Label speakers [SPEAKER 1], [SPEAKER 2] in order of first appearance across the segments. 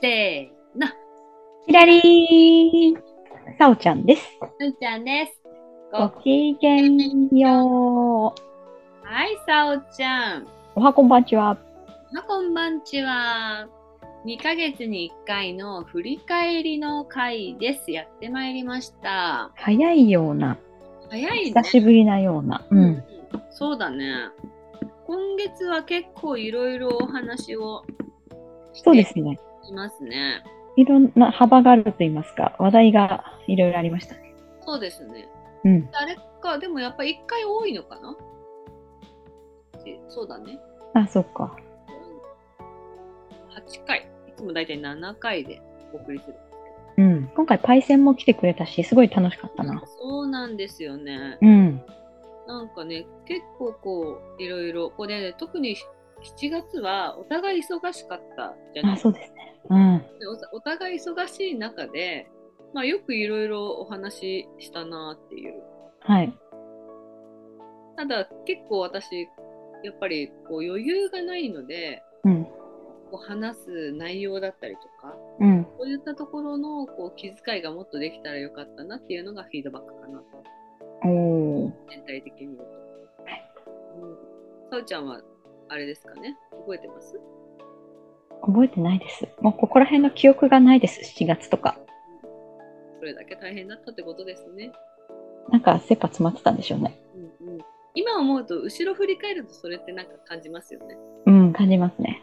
[SPEAKER 1] せーの、
[SPEAKER 2] ひらりーさおちゃんです。
[SPEAKER 1] うんちゃんです。
[SPEAKER 2] ご
[SPEAKER 1] ご
[SPEAKER 2] きげんよう。
[SPEAKER 1] はい、さおちゃん。
[SPEAKER 2] おはこんばんちは。
[SPEAKER 1] まあ、こんばんちは。2ヶ月に1回の振り返りの回です。やってまいりました。
[SPEAKER 2] 早いような、
[SPEAKER 1] 早いね
[SPEAKER 2] 久。しぶりなような。う。
[SPEAKER 1] うんんそうだね。今月は結構いろいろお話を
[SPEAKER 2] そうですね。
[SPEAKER 1] いますね。
[SPEAKER 2] いろんな幅があると言いますか、話題がいろいろありましたね。
[SPEAKER 1] そうですね。
[SPEAKER 2] うん。
[SPEAKER 1] あれか、でもやっぱり1回多いのかなえそうだね。
[SPEAKER 2] あ、そっか。
[SPEAKER 1] 8回。いつもだいたい7回でお送りする。
[SPEAKER 2] うん。今回、パイセンも来てくれたし、すごい楽しかったな。
[SPEAKER 1] そうなんですよね。
[SPEAKER 2] うん。
[SPEAKER 1] なんかね、結構こう、いろいろ、これ、ね、特に7月はお互い忙しかったじゃな
[SPEAKER 2] あ、
[SPEAKER 1] い
[SPEAKER 2] そうですね。うん。
[SPEAKER 1] おお互い忙しい中で、まあ、よくいろいろお話ししたなっていう。
[SPEAKER 2] はい。
[SPEAKER 1] ただ、結構私、やっぱりこう余裕がないので、
[SPEAKER 2] うん。
[SPEAKER 1] こう話す内容だったりとか、
[SPEAKER 2] うん。
[SPEAKER 1] そういったところのこう気遣いがもっとできたらよかったなっていうのがフィードバックかなと。
[SPEAKER 2] おー。
[SPEAKER 1] 全体的に言うと。
[SPEAKER 2] はい
[SPEAKER 1] うん。さおちゃんは、あれですかね覚えてます
[SPEAKER 2] 覚えてないです。もうここら辺の記憶がないです。7月とか。
[SPEAKER 1] それだけ大変だったってことですね。
[SPEAKER 2] なんか、切羽詰まってたんでしょうね。
[SPEAKER 1] うんうん。今思うと、後ろ振り返るとそれってなんか感じますよね。
[SPEAKER 2] うん、感じますね。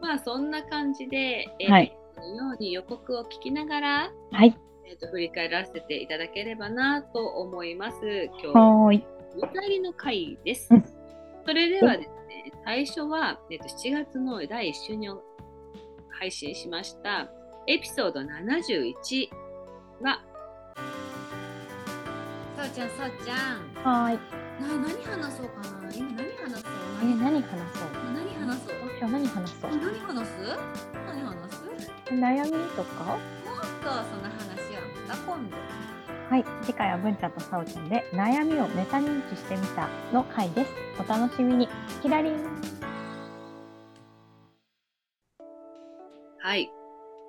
[SPEAKER 1] まあ、そんな感じで、えー
[SPEAKER 2] はい。
[SPEAKER 1] このように予告を聞きながら、
[SPEAKER 2] はい。
[SPEAKER 1] えー、と振り返らせていただければなと思います。今日は
[SPEAKER 2] はーい。
[SPEAKER 1] 振り返りの回です
[SPEAKER 2] うん。
[SPEAKER 1] それではですね、最初は、えっと、7月の第1週に配信しましたエピソード71は、
[SPEAKER 3] さおちゃん、さおちゃん。
[SPEAKER 2] はーい。
[SPEAKER 3] な何話そうかな今何話そう
[SPEAKER 2] えー、何話そう
[SPEAKER 3] 何話そう
[SPEAKER 2] 今日何話そ
[SPEAKER 3] あ
[SPEAKER 2] う
[SPEAKER 3] 何話す何話す
[SPEAKER 2] 悩み
[SPEAKER 3] ちょ
[SPEAKER 2] とか
[SPEAKER 3] っとその話はまた今度。
[SPEAKER 2] はい。次回は文ちゃんとさおちゃんで悩みをメタ認知してみたの回です。お楽しみに。キラリン。
[SPEAKER 1] はい、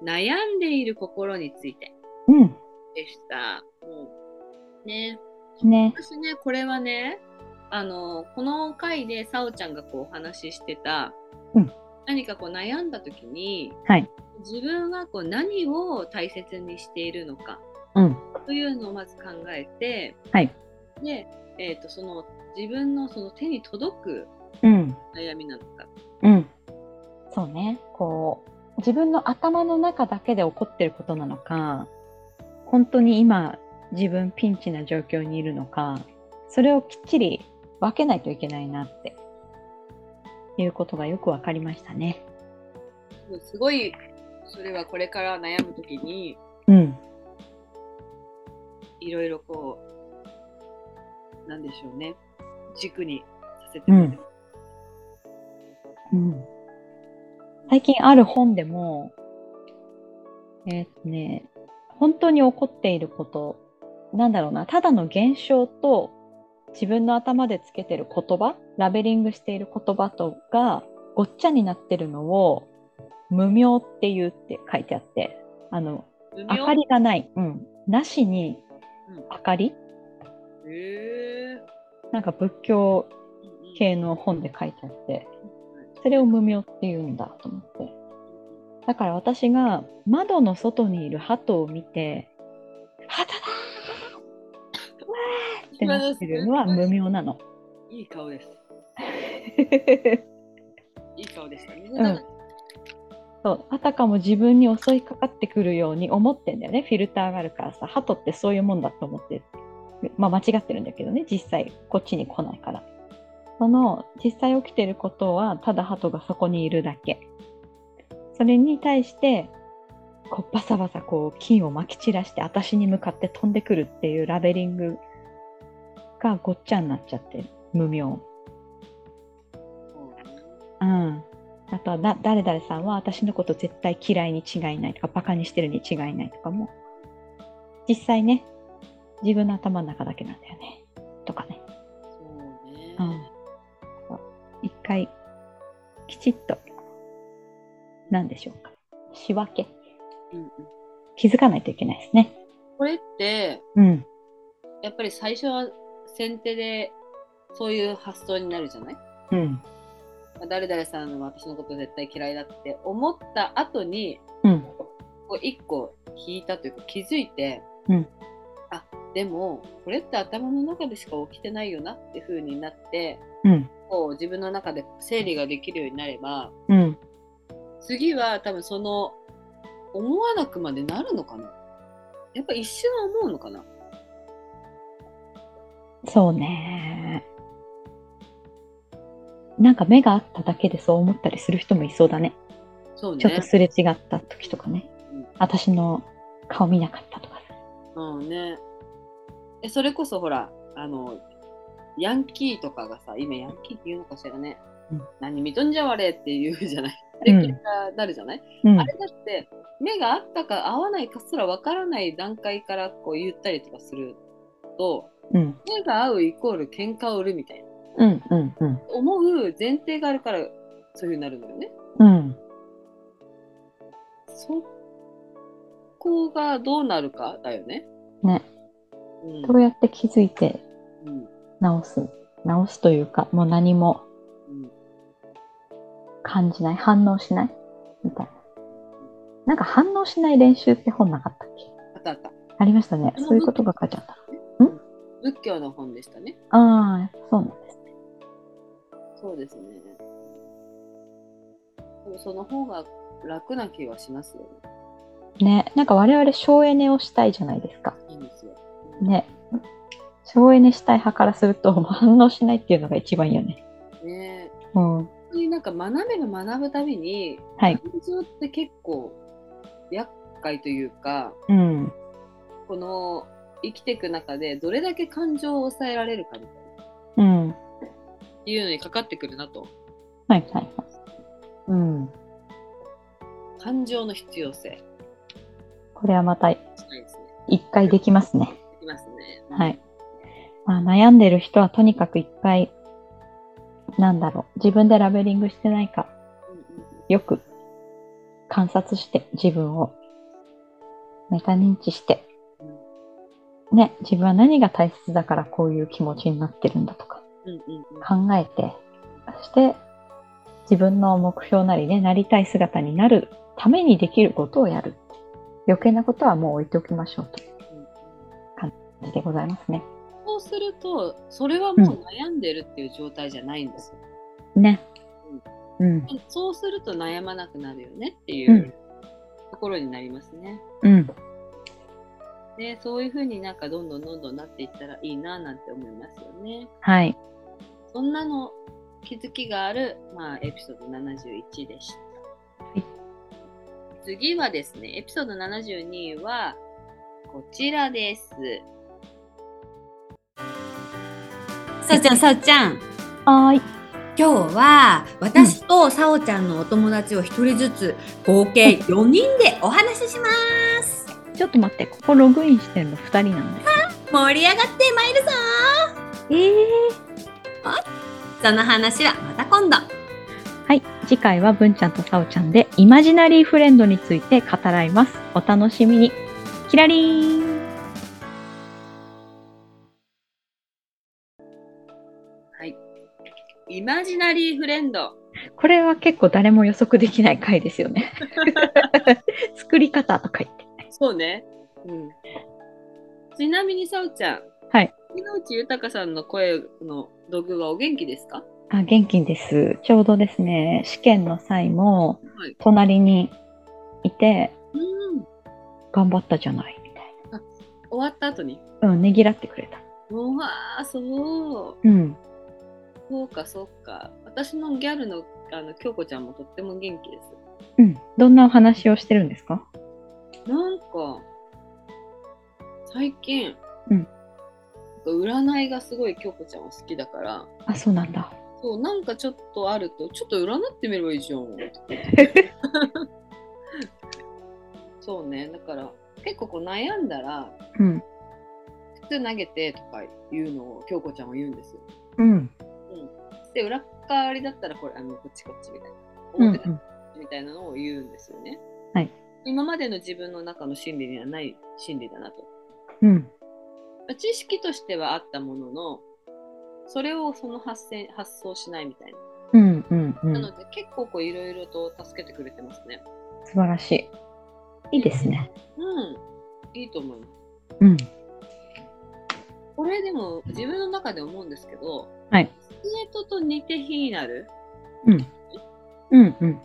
[SPEAKER 1] 悩んでいる心について
[SPEAKER 2] う
[SPEAKER 1] でした。もうね、
[SPEAKER 2] ん。ね。
[SPEAKER 1] 私ね、これはね、あの、この回でさおちゃんがこうお話ししてた、
[SPEAKER 2] うん
[SPEAKER 1] 何かこう悩んだ時に、
[SPEAKER 2] はい
[SPEAKER 1] 自分はこう何を大切にしているのか、
[SPEAKER 2] うん。
[SPEAKER 1] というのをまず考えて、
[SPEAKER 2] はい
[SPEAKER 1] で、えー、とその自分のその手に届く
[SPEAKER 2] うん。
[SPEAKER 1] 悩みなのか、
[SPEAKER 2] うん。そうね。こう、自分の頭の中だけで起こってることなのか、本当に今、自分ピンチな状況にいるのか、それをきっちり分けないといけないなって、いうことがよくわかりましたね。
[SPEAKER 1] すごいそれはこれから悩むときに
[SPEAKER 2] うん。
[SPEAKER 1] いろいろこうなんでしょうね軸にさせてもらって
[SPEAKER 2] うん最近ある本でも、えーっとね、本当に起こっていること、なんだろうな、ただの現象と自分の頭でつけてる言葉、ラベリングしている言葉とがごっちゃになってるのを無明っていうって書いてあって、あの、
[SPEAKER 1] 無
[SPEAKER 2] 明かりがない、うん、なしに
[SPEAKER 1] うん
[SPEAKER 2] 明かり、
[SPEAKER 1] へ
[SPEAKER 2] なんか仏教
[SPEAKER 1] ー
[SPEAKER 2] 系の本で書いてあって、それを無明っていうんだと思って。だから私が窓の外にいる鳩を見て「鳩だ!」ってなってるのは無名なの。
[SPEAKER 1] いい顔ですいい顔でしたね、
[SPEAKER 2] んそうあたかも自分に襲いかかってくるように思ってんだよねフィルターがあるからさ鳩ってそういうもんだと思ってまあ間違ってるんだけどね実際こっちに来ないからその実際起きてることはただ鳩がそこにいるだけそれに対してこうバサバサこう金をまき散らして私に向かって飛んでくるっていうラベリングがごっちゃになっちゃってる無名。うん、あとはだ誰々さんは私のこと絶対嫌いに違いないとかバカにしてるに違いないとかも実際ね自分の頭の中だけなんだよねとかね、
[SPEAKER 1] そう
[SPEAKER 2] う
[SPEAKER 1] ね。
[SPEAKER 2] ん、一回きちっと何でしょうか仕分け
[SPEAKER 1] うんうん
[SPEAKER 2] 気づかないといけないですね。
[SPEAKER 1] これって、
[SPEAKER 2] うん、
[SPEAKER 1] やっぱり最初は先手でそういう発想になるじゃない
[SPEAKER 2] うん、
[SPEAKER 1] 誰々さんは私のこと絶対嫌いだって思った後に、
[SPEAKER 2] うん、
[SPEAKER 1] こう一個引いたというか気づいて、
[SPEAKER 2] うん
[SPEAKER 1] あ、でも、これって頭の中でしか起きてないよなって風になって、
[SPEAKER 2] うん、
[SPEAKER 1] こう自分の中で整理ができるようになれば、
[SPEAKER 2] うん。
[SPEAKER 1] 次は多分その思わなくまでなるのかなやっぱ一瞬は思うのかな
[SPEAKER 2] そうね。なんか目があっただけでそう思ったりする人もいそうだね。
[SPEAKER 1] そうね。
[SPEAKER 2] ちょっとすれ違った時とかね
[SPEAKER 1] うん。
[SPEAKER 2] 私の顔見なかったとかさ。
[SPEAKER 1] うんね。え、それこそほら、あの、ヤンキーとかがさ、今ヤンキーって言うのかしらね。
[SPEAKER 2] うん
[SPEAKER 1] 何見とんじゃわれって言うじゃない。
[SPEAKER 2] う
[SPEAKER 1] で、
[SPEAKER 2] ん
[SPEAKER 1] 喧嘩なるじゃない、
[SPEAKER 2] うん
[SPEAKER 1] あれだって、目が合ったか合わないかすらわからない段階からこう言ったりとかすると、
[SPEAKER 2] うん。
[SPEAKER 1] 目が合うイコール喧嘩を売るみたいな。
[SPEAKER 2] うん。うん。うん。
[SPEAKER 1] 思う前提があるから、そういうふうになるのよね。
[SPEAKER 2] うん。
[SPEAKER 1] そこがどうなるかだよね。
[SPEAKER 2] ね。
[SPEAKER 1] うん。
[SPEAKER 2] どうやって気づいて
[SPEAKER 1] うん
[SPEAKER 2] 直す直すというか、もう何も
[SPEAKER 1] うん
[SPEAKER 2] 感じない。反応しないみたいな。なんか反応しない練習って本なかったっけ
[SPEAKER 1] あったあった。
[SPEAKER 2] ありましたね。
[SPEAKER 1] あの
[SPEAKER 2] そういうことが書いてあった。
[SPEAKER 1] 仏教の本でしたね。
[SPEAKER 2] ああ、やっぱそうなんですね。
[SPEAKER 1] そうですね。でもその方が楽な気はしますよね。
[SPEAKER 2] ね、なんか我々省エネをしたいじゃないですか。
[SPEAKER 1] いいんですよ。
[SPEAKER 2] ね。省エネしたい派からすると、もう反応しないっていうのが一番いいよね。
[SPEAKER 1] ねえ
[SPEAKER 2] うん。は
[SPEAKER 1] 本当になんか学べば学ぶたびに、
[SPEAKER 2] い。
[SPEAKER 1] 感情って結構厄介というか、
[SPEAKER 2] うん。
[SPEAKER 1] この生きていく中でどれだけ感情を抑えられるかみたいな
[SPEAKER 2] うん。はい
[SPEAKER 1] っていうのにかかってくるなと。
[SPEAKER 2] はいはい。うん。
[SPEAKER 1] 感情の必要性。
[SPEAKER 2] これはまた
[SPEAKER 1] しないですね。
[SPEAKER 2] 一回できますね。
[SPEAKER 1] できますね。
[SPEAKER 2] はい。まあ、悩んでる人はとにかく一回、なんだろう。自分でラベリングしてないか、
[SPEAKER 1] うんうんうん
[SPEAKER 2] よく観察して自分をメタ認知して、ね、自分は何が大切だからこういう気持ちになってるんだとか
[SPEAKER 1] うんうんうん
[SPEAKER 2] 考えて、そして自分の目標なりね、なりたい姿になるためにできることをやる。余計なことはもう置いておきましょうという感じでございますね。
[SPEAKER 1] そうすると、それはもう悩んでるっていう状態じゃないんですよ。
[SPEAKER 2] ね。うん。
[SPEAKER 1] そうすると悩まなくなるよねっていううんところになりますね。
[SPEAKER 2] うん。
[SPEAKER 1] で、そういうふうになんかどんどんどんどんなっていったらいいななんて思いますよね。
[SPEAKER 2] はい。
[SPEAKER 1] そんなの気づきがある、まあ、エピソード71でした。
[SPEAKER 2] い
[SPEAKER 1] 次はですね、エピソード72はこちらです。
[SPEAKER 4] さおちゃん、さおちゃん。
[SPEAKER 2] はーい。
[SPEAKER 4] 今日は私とさおちゃんのお友達を一人ずつ合計4人でお話しします。
[SPEAKER 2] ちょっと待って、ここログインしてるの2人なんだよ。
[SPEAKER 4] 盛り上がってまいるぞ
[SPEAKER 2] えー。
[SPEAKER 4] その話はまた今度。
[SPEAKER 2] はい、次回は文ちゃんとさおちゃんでイマジナリーフレンドについて語らいます。お楽しみに。キラリーン
[SPEAKER 1] はい。イマジナリーフレンド。
[SPEAKER 2] これは結構誰も予測できない回ですよ ね。作り方とか言って。
[SPEAKER 1] そうね。うん。ちなみに、さおちゃん。
[SPEAKER 2] はい。
[SPEAKER 1] 木之内豊さんの声の土偶はお元気ですか
[SPEAKER 2] あ、元気です。ちょうどですね、試験の際も
[SPEAKER 1] はい。
[SPEAKER 2] 隣にいて、
[SPEAKER 1] うん。
[SPEAKER 2] 頑張ったじゃないみたい
[SPEAKER 1] 終わった後に。
[SPEAKER 2] な。うん、ねぎらってくれた。
[SPEAKER 1] うわー、そう。
[SPEAKER 2] うん。
[SPEAKER 1] そうか、そうか。私のギャルの、あの、京子ちゃんもとっても元気です。
[SPEAKER 2] うん。どんなお話をしてるんですか
[SPEAKER 1] なんか、最近、
[SPEAKER 2] うん
[SPEAKER 1] 占いがすごい京子ちゃんは好きだから、
[SPEAKER 2] あ、そうなんだ。
[SPEAKER 1] そう、なんかちょっとあると、ちょっと占ってみればいいじ ゃん。そうね、だから、結構こう悩んだら、
[SPEAKER 2] うん。
[SPEAKER 1] 靴投げてとか言うのを京子ちゃんは言うんですよ。
[SPEAKER 2] うん。
[SPEAKER 1] で、裏っ側りだったら、これ、あの、こっちこっちみたいな。
[SPEAKER 2] うん、う
[SPEAKER 1] 表だ
[SPEAKER 2] ん。
[SPEAKER 1] みたいなのを言うんですよね。
[SPEAKER 2] はい
[SPEAKER 1] 今までの自分の中の心理にはない心理だなと。
[SPEAKER 2] うん。
[SPEAKER 1] 知識としてはあったものの、それをその発せ発想しないみたいな。
[SPEAKER 2] うん。うん。う
[SPEAKER 1] なんので結構こういろいろと助けてくれてますね。
[SPEAKER 2] 素晴らしい。いいですね。
[SPEAKER 1] うん。いいと思います。
[SPEAKER 2] うん。
[SPEAKER 1] これでも自分の中で思うんですけど、
[SPEAKER 2] はい
[SPEAKER 1] ステートと似て非になる、
[SPEAKER 2] うん。うん。
[SPEAKER 1] うん、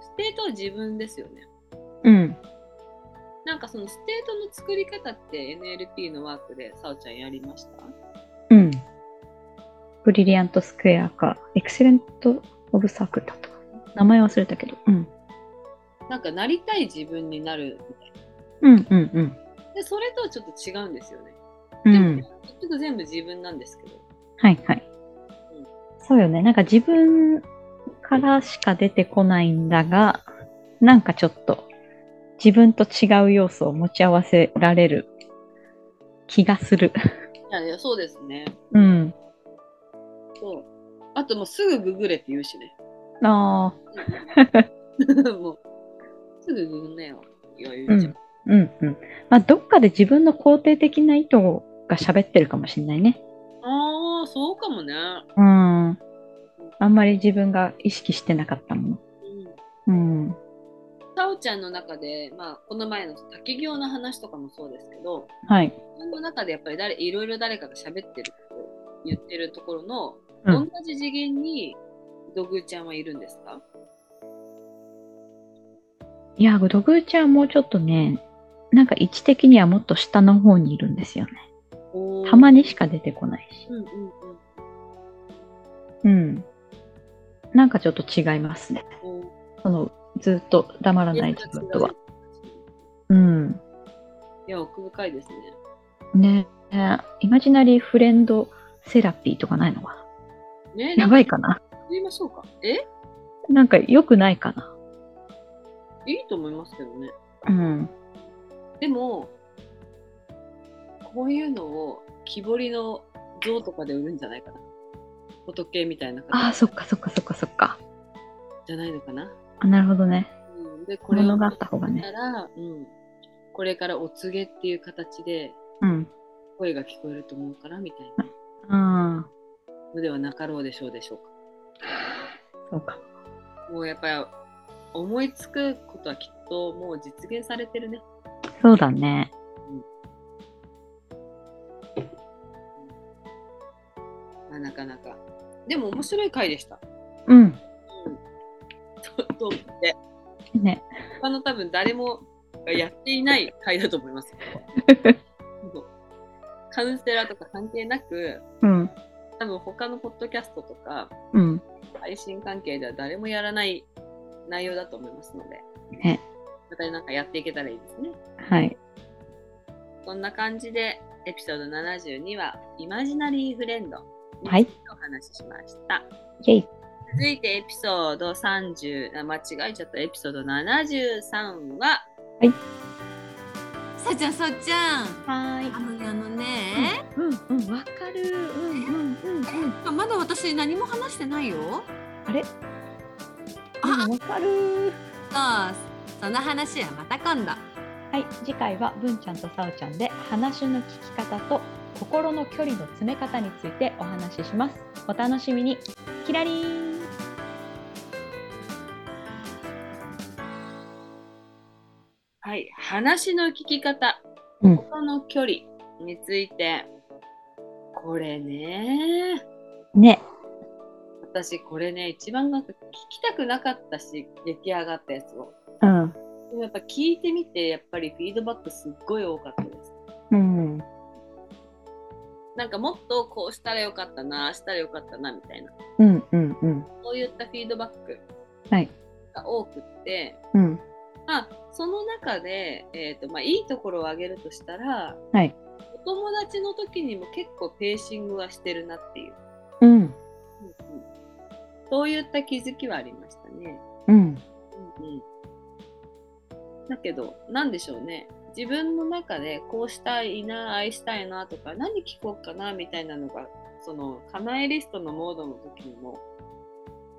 [SPEAKER 1] ステートは自分ですよね。
[SPEAKER 2] うん。
[SPEAKER 1] なんかそのステートの作り方って NLP のワークでさおちゃんやりました
[SPEAKER 2] うん。ブリリアントスクエアか、エクセレント・オブ・サークルだとか。名前忘れたけど。うん。
[SPEAKER 1] なんかなりたい自分になるみたい
[SPEAKER 2] うん。うん。うん。
[SPEAKER 1] な。で、それとはちょっと違うんですよね。
[SPEAKER 2] う
[SPEAKER 1] で
[SPEAKER 2] ん
[SPEAKER 1] も。結局全部自分なんですけど。
[SPEAKER 2] はいはい。そうよね。なんか自分からしか出てこないんだが、なんかちょっと自分と違う要素を持ち合わせられる気がする。
[SPEAKER 1] いやいや、そうですね。
[SPEAKER 2] うん。
[SPEAKER 1] そう。あともうすぐググれって言うしね。
[SPEAKER 2] ああ。
[SPEAKER 1] もう、すぐググんなよ。いや、言うじゃん。
[SPEAKER 2] うんうん。まあ、どっかで自分の肯定的な意図が喋ってるかもしれないね。
[SPEAKER 1] ああ、そうかもね。
[SPEAKER 2] うん。あんまり自分が意識してなかったも
[SPEAKER 1] うん。
[SPEAKER 2] の。うん。
[SPEAKER 1] さおちゃんの中で、まあ、この前の滝行の話とかもそうですけど、
[SPEAKER 2] はい。
[SPEAKER 1] 自分の中でやっぱり誰いろいろ誰かが喋ってるって言ってるところの、
[SPEAKER 2] うん
[SPEAKER 1] 同じ次元に土偶ちゃんはいるんですか
[SPEAKER 2] いや、ドグーちゃんはもうちょっとね、なんか位置的にはもっと下の方にいるんですよね。たまにしか出てこないし。
[SPEAKER 1] うんうんうん。
[SPEAKER 2] うん。なんかちょっと違いますね。
[SPEAKER 1] おー
[SPEAKER 2] その、ずっと黙らない自分とは。。うん。
[SPEAKER 1] いや、奥深いですね。
[SPEAKER 2] ねえ、イマジナリーフレンドセラピーとかないのか
[SPEAKER 1] ね
[SPEAKER 2] なやばいかな
[SPEAKER 1] やりましょうか。え
[SPEAKER 2] なんか良くないかない
[SPEAKER 1] いと思いますけどね。
[SPEAKER 2] うん。
[SPEAKER 1] でも、こういうのを木彫りの像とかで売るんじゃないかな。仏みたいな
[SPEAKER 2] ああ、
[SPEAKER 1] 形
[SPEAKER 2] そっかそっかそっかそっか。
[SPEAKER 1] じゃないのかな。
[SPEAKER 2] あなるほどね。
[SPEAKER 1] うん、で、こ
[SPEAKER 2] も
[SPEAKER 1] れを
[SPEAKER 2] のがあ
[SPEAKER 1] 見
[SPEAKER 2] った方が
[SPEAKER 1] た
[SPEAKER 2] ね。
[SPEAKER 1] ら、うん、これからお告げっていう形で
[SPEAKER 2] うん。
[SPEAKER 1] 声が聞こえると思うからみたいな
[SPEAKER 2] ああ、
[SPEAKER 1] のではなかろうでしょうでしょうか。
[SPEAKER 2] そうか。
[SPEAKER 1] もうやっぱり思いつくことはきっともう実現されてるね。
[SPEAKER 2] そうだね。
[SPEAKER 1] まあ、なかなか。でも面白い回でした。
[SPEAKER 2] うん。
[SPEAKER 1] とと思って。
[SPEAKER 2] ね。
[SPEAKER 1] 他の多分誰もがやっていない回だと思います。カウンセラーとか関係なく、
[SPEAKER 2] うん。
[SPEAKER 1] 多分他のポッドキャストとか
[SPEAKER 2] うん。
[SPEAKER 1] 配信関係では誰もやらない内容だと思いますので、
[SPEAKER 2] ね。
[SPEAKER 1] またなんかやっていけたらいいですね。
[SPEAKER 2] はい。
[SPEAKER 1] こんな感じでエピソード72はイマジナリーフレンドにつ
[SPEAKER 2] はい
[SPEAKER 1] いてお話ししました。
[SPEAKER 2] イェイ。
[SPEAKER 1] 続いてエピソード30、あ間違えちゃったエピソード73は
[SPEAKER 4] さあちゃんさあちゃん
[SPEAKER 2] はーい
[SPEAKER 4] あ。のねあのね、
[SPEAKER 2] うんうん、わかる。うんうんうんうん。
[SPEAKER 4] まだ私何も話してないよ
[SPEAKER 2] あれ
[SPEAKER 4] あ
[SPEAKER 2] うんわかる。
[SPEAKER 4] さあその話はまた今度
[SPEAKER 2] はい、次回は文ちゃんとさおちゃんで話の聞き方と心の距離の詰め方についてお話しします。お楽しみに。キラリーン。
[SPEAKER 1] はい、話の聞き方、
[SPEAKER 2] うん
[SPEAKER 1] 他の距離について、これね、
[SPEAKER 2] ね。
[SPEAKER 1] 私これね、一番なんか聞きたくなかったし、出来上がったやつを。
[SPEAKER 2] うん。
[SPEAKER 1] でもやっぱ聞いてみて、やっぱりフィードバックすっごい多かったです。
[SPEAKER 2] うん。
[SPEAKER 1] なんかもっとこうしたらよか
[SPEAKER 3] 嗯
[SPEAKER 1] ったな、ああしたらよかったなみたいな、
[SPEAKER 2] うんうんうん。
[SPEAKER 1] そういったフィードバック
[SPEAKER 2] はい
[SPEAKER 1] が多くって、
[SPEAKER 2] うん。
[SPEAKER 3] 嗯
[SPEAKER 1] まあ、その中で、えーとまあ、いいところを挙げるとしたら、
[SPEAKER 2] はい
[SPEAKER 1] お友達の時にも結構ペーシングはしてるなっていう、
[SPEAKER 3] 嗯
[SPEAKER 2] うん。
[SPEAKER 1] うんうんそういった気づきはありましたね。
[SPEAKER 3] 嗯
[SPEAKER 2] う
[SPEAKER 1] う
[SPEAKER 2] ん。
[SPEAKER 1] んうん、だけど何でしょうね自分の中でこうしたいな愛したいなとか何聞こうかなみたいなのがその叶えリストのモードの時にも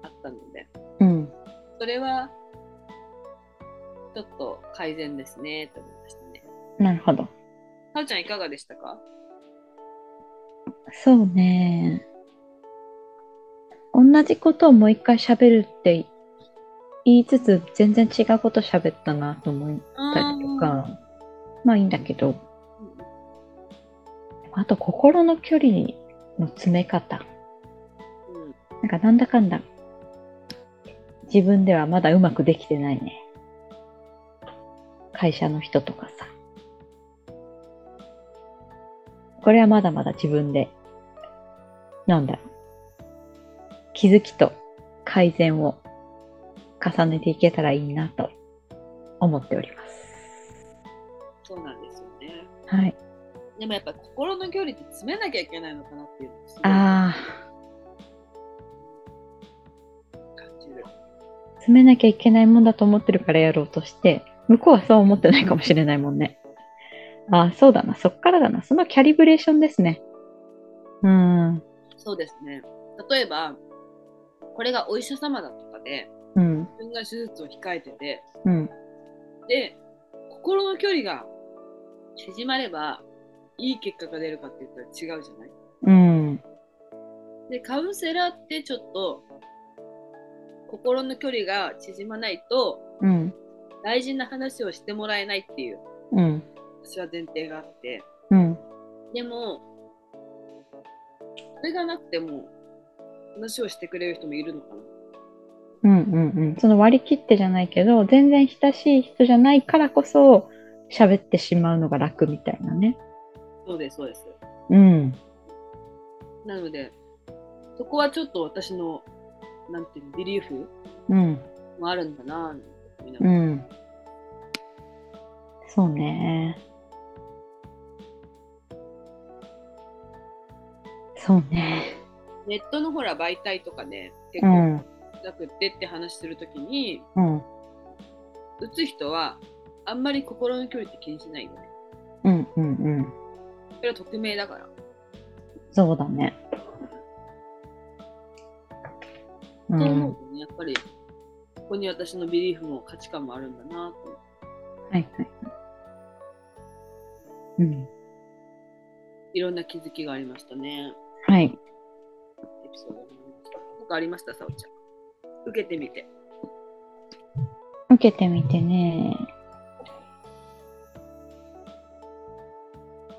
[SPEAKER 1] あったので
[SPEAKER 2] うん。
[SPEAKER 1] それはちょっと改善ですねと思いましたね。
[SPEAKER 2] なるほど。
[SPEAKER 1] さおちゃんいかがでしたか
[SPEAKER 2] そうね。同じことをもう一回喋るって言いつつ、全然違うこと喋ったなと思ったりとか、まあいいんだけど、
[SPEAKER 1] うんうん
[SPEAKER 2] あと心の距離の詰め方。
[SPEAKER 1] うん
[SPEAKER 2] なんかなんだかんだ、自分ではまだうまくできてないね。会社の人とかさ。これはまだまだ自分で、なんだろう。気づきと改善を重ねていけたらいいなと思っております。
[SPEAKER 1] そうなんですよね。
[SPEAKER 2] はい。
[SPEAKER 1] でもやっぱ心の距離って詰めなきゃいけないのかなっていうのをすごい
[SPEAKER 2] あ
[SPEAKER 1] 感じる。
[SPEAKER 2] あ、詰めなきゃいけないもんだと思ってるからやろうとして、向こうはそう思ってないかもしれないもんね。ああ、そうだな。そっからだな。そのキャリブレーションですね。うん。
[SPEAKER 1] そうですね。例えば、これがお医者様だとかで、
[SPEAKER 2] うん。
[SPEAKER 1] 自分が手術を控えてて、
[SPEAKER 2] うん。
[SPEAKER 1] で、心の距離が縮まれば、いい結果が出るかって言ったら違うじゃない
[SPEAKER 2] うん。
[SPEAKER 1] で、カウンセラーってちょっと、心の距離が縮まないと、
[SPEAKER 2] うん。
[SPEAKER 1] 大事な話をしてもらえないっていう、
[SPEAKER 2] うん。
[SPEAKER 1] 私は前提があって。
[SPEAKER 2] うん。
[SPEAKER 1] でも、それがなくても、話をしてくれる人もいるのかな。
[SPEAKER 2] うん。うん。うん。その割り切ってじゃないけど、全然親しい人じゃないからこそ、喋ってしまうのが楽みたいなね。
[SPEAKER 1] そうです、そうです。
[SPEAKER 2] うん。
[SPEAKER 1] なので、そこはちょっと私の、なんていうの、ビリーフ
[SPEAKER 2] うん。
[SPEAKER 1] もあるんだなぁ、なんて思いなが
[SPEAKER 2] う
[SPEAKER 1] ら
[SPEAKER 2] ん。そうね。そうね。
[SPEAKER 1] ネットのほら、媒体とかね、結
[SPEAKER 2] う
[SPEAKER 1] 構
[SPEAKER 2] ん。
[SPEAKER 1] なくってって話するときに、
[SPEAKER 2] うん。
[SPEAKER 1] 打つ人は、あんまり心の距離って気にしないよね。
[SPEAKER 2] うん。うん。うん。
[SPEAKER 1] それは匿名だから。
[SPEAKER 2] そうだね。う。
[SPEAKER 1] と思うんとね、やっぱり、ここに私のビリーフも価値観もあるんだなぁと思って。
[SPEAKER 2] はいはい。うん。
[SPEAKER 1] いろんな気づきがありましたね。
[SPEAKER 2] はい。
[SPEAKER 1] エピソードになりました。なんかありました、さおちゃん。受けてみて。
[SPEAKER 2] 受けてみてね。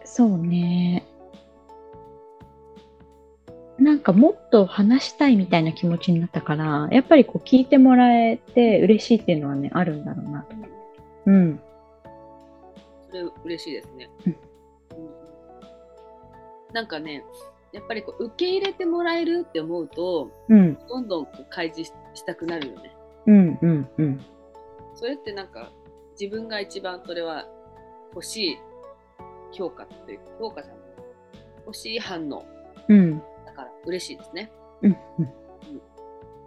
[SPEAKER 2] そうね。なんかもっと話したいみたいな気持ちになったから、やっぱりこう聞いてもらえて嬉しいっていうのはね、あるんだろうなと。うん。
[SPEAKER 1] それ嬉しいですね。
[SPEAKER 2] うん
[SPEAKER 1] うんなんかね、やっぱりこう受け入れてもらえるって思うと、
[SPEAKER 2] うん。
[SPEAKER 1] どんどんこう開示ししたくなるよね。
[SPEAKER 2] うん。うん。うん。
[SPEAKER 1] それってなんか自分が一番それは欲しい評価という評価じゃない欲しい反応
[SPEAKER 2] うん。
[SPEAKER 1] だから嬉しいですね。
[SPEAKER 2] うん。うん。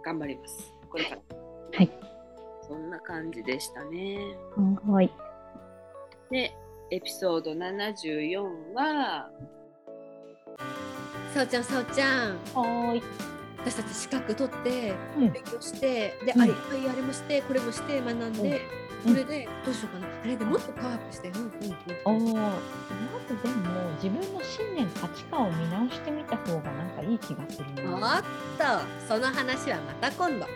[SPEAKER 1] 頑張ります。これから。
[SPEAKER 2] はい。
[SPEAKER 1] そんな感じでしたね。
[SPEAKER 2] はい。
[SPEAKER 1] で、エピソード74は、
[SPEAKER 4] さおちゃんさおちゃん
[SPEAKER 2] はい。
[SPEAKER 4] 私たち資格取って
[SPEAKER 2] うん
[SPEAKER 4] 勉強して、で、
[SPEAKER 2] うん
[SPEAKER 4] あれいっぱいあれもしてこれもして学んで、
[SPEAKER 2] うん
[SPEAKER 4] それでどうしようかなあれでもっとパワーアップしてうん
[SPEAKER 2] お
[SPEAKER 4] うんう
[SPEAKER 2] ー
[SPEAKER 4] ん
[SPEAKER 2] まずでも自分の信念価値観を見直してみた方がなんかいい気がする
[SPEAKER 4] お
[SPEAKER 2] な
[SPEAKER 4] っとその話はまた今度
[SPEAKER 2] は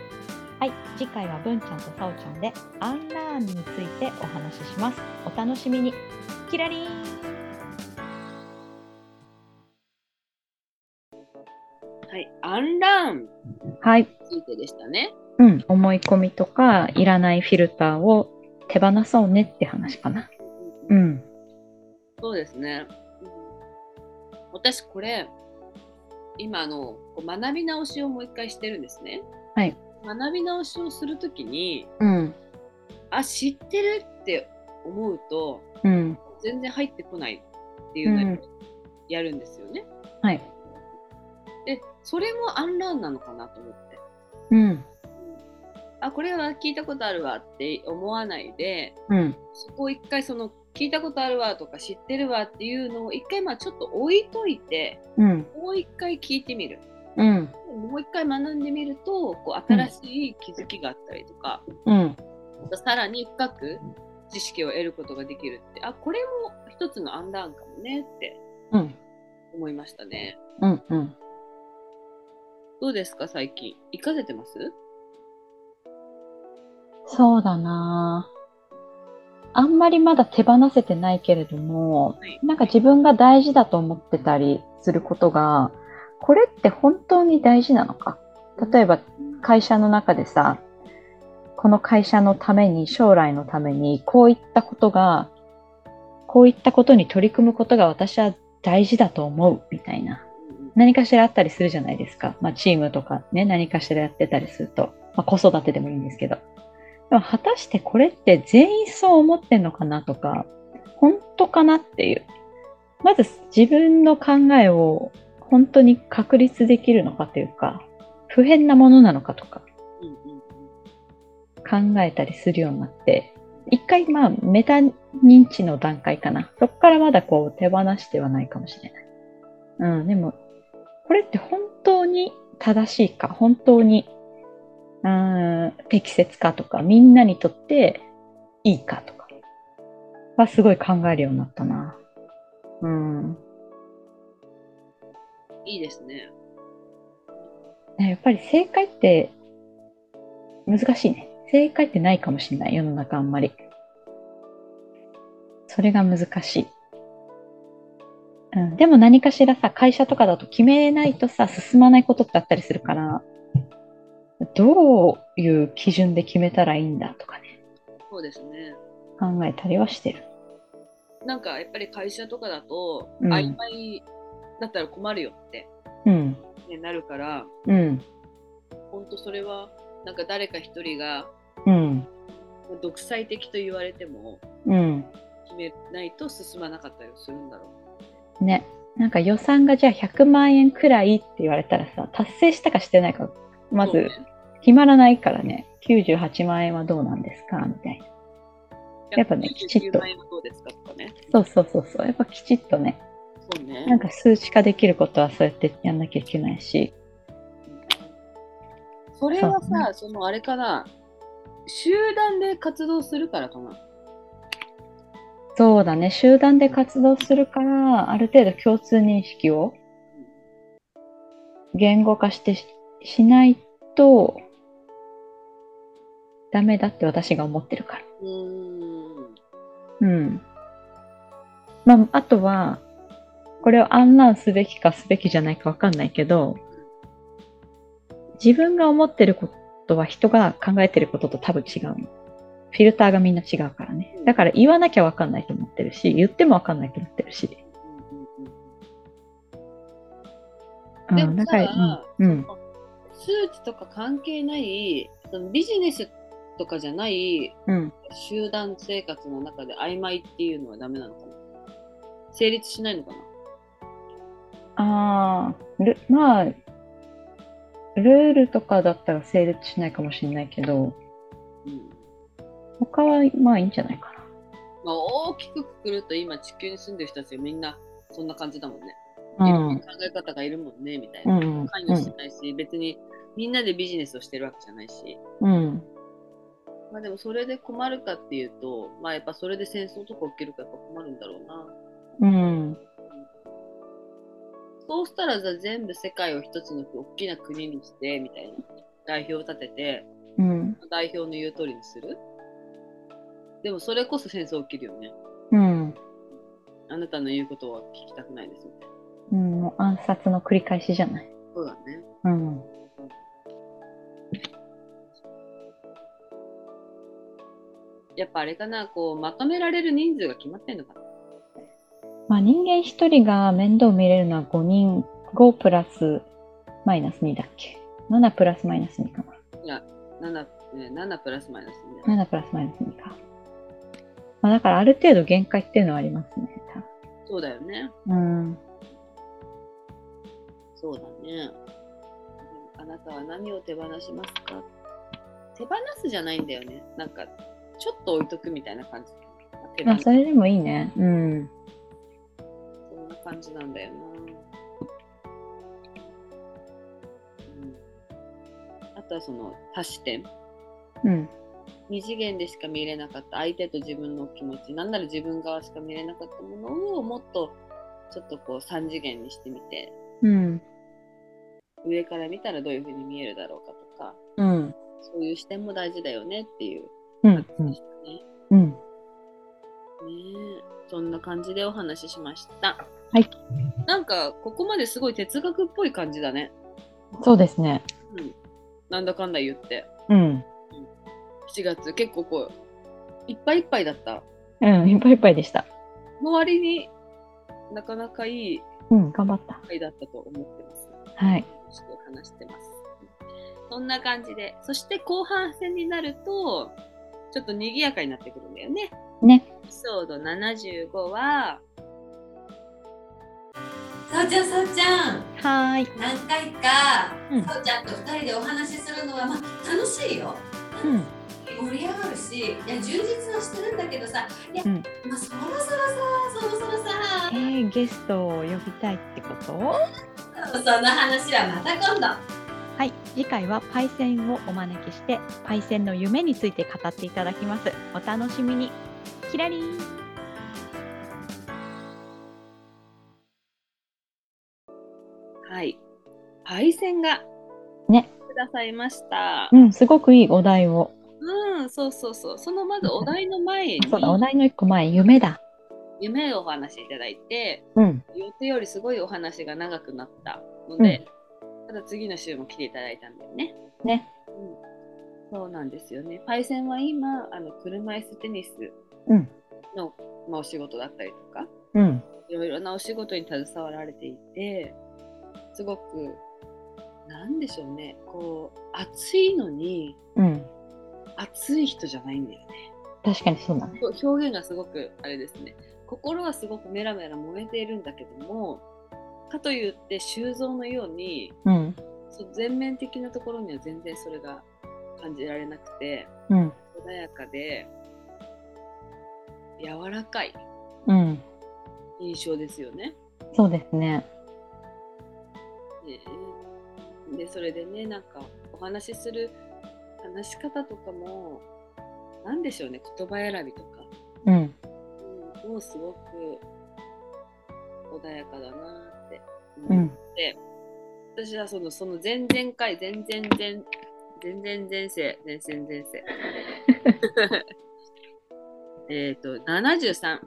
[SPEAKER 2] い次回は文ちゃんとさおちゃんでアンラーンについてお話ししますお楽しみにキラリーン
[SPEAKER 1] はい、アンラーンに
[SPEAKER 2] はい
[SPEAKER 1] ついてでしたね。
[SPEAKER 2] うん思い込みとかいらないフィルターを手放そうねって話かなうん
[SPEAKER 1] そうですね。私これ今あのこう学び直しをもう一回してるんですね。
[SPEAKER 2] はい。
[SPEAKER 1] 学び直しをするときに、
[SPEAKER 2] うん。
[SPEAKER 1] あ、知ってるって思うと、
[SPEAKER 2] うん。
[SPEAKER 1] 全然入ってこないっていうのをやるんですよね。
[SPEAKER 2] はい。
[SPEAKER 1] で、それもアンラーンなのかなと思って。
[SPEAKER 2] うん。
[SPEAKER 1] あ、これは聞いたことあるわって思わないで、
[SPEAKER 2] うん。
[SPEAKER 1] そこを一回その聞いたことあるわとか知ってるわっていうのを一回まあちょっと置いといて、
[SPEAKER 2] うん。
[SPEAKER 1] もう一回聞いてみる。
[SPEAKER 2] うん。
[SPEAKER 1] もう一回学んでみると、こう新しい気づきがあったりとか、
[SPEAKER 2] うん。
[SPEAKER 1] さらに深く知識を得ることができるって、あ、これも一つのアンラーンかもねって
[SPEAKER 2] うん。
[SPEAKER 1] 思いましたね。
[SPEAKER 2] うん。うん。
[SPEAKER 1] どうですか最近。活かせてます
[SPEAKER 2] そうだなぁあんまりまだ手放せてないけれども、
[SPEAKER 1] はい
[SPEAKER 2] なんか自分が大事だと思ってたりすることが、これって本当に大事なのか例えば会社の中でさ、この会社のために、将来のために、こういったことが、こういったことに取り組むことが私は大事だと思う、みたいな。何かしらあったりするじゃないですか。まあ、チームとかね、何かしらやってたりすると。まあ、子育てでもいいんですけど。でも果たしてこれって全員そう思ってんのかなとか、本当かなっていう。まず自分の考えを本当に確立できるのかというか、不変なものなのかとか
[SPEAKER 1] うんうん
[SPEAKER 2] 考えたりするようになって、一回まあメタ認知の段階かな。そこからまだこう手放してはないかもしれない。うん、でも、これって本当に正しいか、本当に、うん、適切かとか、みんなにとっていいかとか、はすごい考えるようになったな。うん。
[SPEAKER 1] うんいいですね。
[SPEAKER 2] ねやっぱり正解って難しいね。正解ってないかもしれない、世の中あんまり。それが難しい。うん、でも何かしらさ、会社とかだと決めないとさ、進まないことってあったりするから、どういう基準で決めたらいいんだとかね、
[SPEAKER 1] そうですね。
[SPEAKER 2] 考えたりはしてる。
[SPEAKER 1] なんかやっぱり会社とかだと、
[SPEAKER 2] うん
[SPEAKER 1] 曖昧だったら困るよって、
[SPEAKER 2] うん、
[SPEAKER 1] ね、なるから、
[SPEAKER 2] うん、
[SPEAKER 1] 本当それはなんか誰か一人が
[SPEAKER 2] うん、
[SPEAKER 1] 独裁的と言われても
[SPEAKER 2] うん。
[SPEAKER 1] 決めないと進まなかったりするんだろ
[SPEAKER 2] ね。なんか予算がじゃあ100万円くらいって言われたらさ、達成したかしてないか、
[SPEAKER 1] う。
[SPEAKER 2] ま
[SPEAKER 1] そう
[SPEAKER 2] ず
[SPEAKER 1] ね
[SPEAKER 2] 決まらないからね、98万円はどうなんですかみたいな。やっぱねきちっ
[SPEAKER 1] 199
[SPEAKER 2] と
[SPEAKER 1] 万円はどうですかとかね。
[SPEAKER 2] そうそうそうそう。やっぱきちっとね、
[SPEAKER 1] そうね。
[SPEAKER 2] なんか数値化できることはそうやってやんなきゃいけないし。
[SPEAKER 1] それは
[SPEAKER 2] そうね
[SPEAKER 1] さ、そのあれかな、集団で活動するからかな。
[SPEAKER 2] そうだね、集団で活動するから、ある程度共通認識を言語化してししないと、ダメだって私が思ってるから。
[SPEAKER 1] うーん。
[SPEAKER 2] うん。まあ、あとは、これをアンランすべきかすべきじゃないかわかんないけど、自分が思ってることは人が考えてることと多分違うの。フィルターがみんな違うからね。だから言わなきゃわかんないと思ってるし、言ってもわかんないと思ってるし。う
[SPEAKER 1] でも
[SPEAKER 2] ん、
[SPEAKER 1] さ
[SPEAKER 2] だから、うん。うん
[SPEAKER 1] 数値とか関係ない、そのビジネスとかじゃない
[SPEAKER 2] うん、
[SPEAKER 1] 集団生活の中で曖昧っていうのはダメなのかな成立しないのかな
[SPEAKER 2] ああ、ルまあ、ルールとかだったら成立しないかもしれないけど、
[SPEAKER 1] うん。
[SPEAKER 2] 他はまあいいんじゃないかな。
[SPEAKER 1] まあ、大きくくくると今地球に住んでる人たちはみんなそんな感じだもんね。いろんな考え方がいるもんね、みたいな。
[SPEAKER 2] うん
[SPEAKER 1] 関与してないし、別にみんなでビジネスをしてるわけじゃないし、
[SPEAKER 2] うん、
[SPEAKER 1] まあでもそれで困るかっていうと、まあやっぱそれで戦争とか起きるからやっぱ困るんだろうな。
[SPEAKER 2] うん、
[SPEAKER 1] そうしたらじゃあ全部世界を一つの大きな国にしてみたいな代表を立てて
[SPEAKER 2] うん、
[SPEAKER 1] 代表の言う通りにするでもそれこそ戦争起きるよね
[SPEAKER 2] うん、
[SPEAKER 1] あなたの言うことは聞きたくないですみたいな
[SPEAKER 2] うん、もう暗殺の繰り返しじゃない。
[SPEAKER 1] そうだね
[SPEAKER 2] うん、
[SPEAKER 1] やっぱあれかなこうまとめられる人数が決まってんのかな
[SPEAKER 2] まあ人間一人が面倒見れるのは5人、5プラスマイナス2だっけ ?7 プラスマイナス2かな。
[SPEAKER 1] うんが7、えー7プラスマイナスみたいな。
[SPEAKER 2] 7プラスマイナス2か。まあ、だからある程度限界っていうのはありますね。
[SPEAKER 1] そうだよね。
[SPEAKER 2] 多分うん。
[SPEAKER 1] そうだね。あなたは何を手放しますか手放すじゃないんだよね。なんか、ちょっと置いとくみたいな感じ。手
[SPEAKER 2] ま
[SPEAKER 1] 放
[SPEAKER 2] あ、
[SPEAKER 1] す
[SPEAKER 2] それでもいいね。うん。
[SPEAKER 1] そんな感じなんだよな。うんあとはその足し点
[SPEAKER 2] うん。
[SPEAKER 1] 2次元でしか見れなかった相手と自分の気持ちなんなら自分側しか見れなかったものをもっとちょっとこう3次元にしてみて
[SPEAKER 2] うん。
[SPEAKER 1] 上から見たらどういう風に見えるだろうかとか
[SPEAKER 2] うん。
[SPEAKER 1] そういう視点も大事だよねっていう
[SPEAKER 2] う
[SPEAKER 1] 感
[SPEAKER 2] ん。
[SPEAKER 1] じでしたね。ね
[SPEAKER 2] うん。
[SPEAKER 1] えそんな感じでお話ししました。
[SPEAKER 2] はい。
[SPEAKER 1] なんかここまですごい哲学っぽい感じだね。
[SPEAKER 2] そうですね。
[SPEAKER 1] うん、なんだかんだ言って
[SPEAKER 2] うん。
[SPEAKER 1] 7月結構こういっぱいいっぱいだった
[SPEAKER 2] うん。いっぱいいっぱいでした。
[SPEAKER 1] の割になかなかいい
[SPEAKER 2] うん。頑張った。
[SPEAKER 1] 回だったと思ってます。
[SPEAKER 2] はい。
[SPEAKER 1] 楽しく話してます。そんな感じでそして後半戦になるとちょっと賑やかになってくるんだよね。
[SPEAKER 2] ね。
[SPEAKER 1] エピソード75は
[SPEAKER 4] さおちゃんさおちゃん
[SPEAKER 2] はーい。
[SPEAKER 4] 何回か、
[SPEAKER 2] うん
[SPEAKER 4] さおちゃんと2人でお話しするのは、まあ、楽しいよ
[SPEAKER 2] うん。
[SPEAKER 4] 盛り上がるしいや充実はしてるんだけどさいや、
[SPEAKER 2] うん
[SPEAKER 4] まあ、そろそろさそろそろさ
[SPEAKER 2] えー、ゲストを呼びたいってこと
[SPEAKER 4] その話はまた今度
[SPEAKER 2] はい。次回はパイセンをお招きして、パイセンの夢について語っていただきます。お楽しみに。キラリン
[SPEAKER 1] はいパイセンが
[SPEAKER 2] ね
[SPEAKER 1] くださいました。
[SPEAKER 2] うん、すごくいいお題を。
[SPEAKER 1] うん、そうそうそう。そのまずお題の前に
[SPEAKER 2] そうだ、お題の一個前、夢だ。
[SPEAKER 1] 夢をお話しいただいて、
[SPEAKER 2] うん。
[SPEAKER 1] 予定よりすごいお話が長くなったので、また次の週も来ていただいたんだよね。
[SPEAKER 2] ね。
[SPEAKER 1] そうなんですよね。パイセンは今あの車椅子テニス
[SPEAKER 2] うん。
[SPEAKER 1] の、まあ、お仕事だったりとか
[SPEAKER 2] うん。
[SPEAKER 1] いろいろなお仕事に携わられていてすごくなんでしょうねこう暑いのに
[SPEAKER 2] うん。
[SPEAKER 1] 暑い人じゃないんだよね。
[SPEAKER 2] 確かにそうだね。
[SPEAKER 1] そう表現がすごくあれですね心はすごくメラメラ燃えているんだけどもかといって修造のように
[SPEAKER 2] うん。
[SPEAKER 1] そう全面的なところには全然それが感じられなくて
[SPEAKER 2] うん。
[SPEAKER 1] 穏やかで柔らかい
[SPEAKER 2] うん。
[SPEAKER 1] 印象ですよね。
[SPEAKER 2] そうですね。
[SPEAKER 1] ねえでそれでねなんかお話しする話し方とかも何でしょうね言葉選びとか、
[SPEAKER 2] うん。
[SPEAKER 1] うん、もうすごく穏やかだなって
[SPEAKER 2] う
[SPEAKER 1] 思っ
[SPEAKER 2] ん。
[SPEAKER 1] て、私はそのその前々回前々前全然前世前々前世えっと73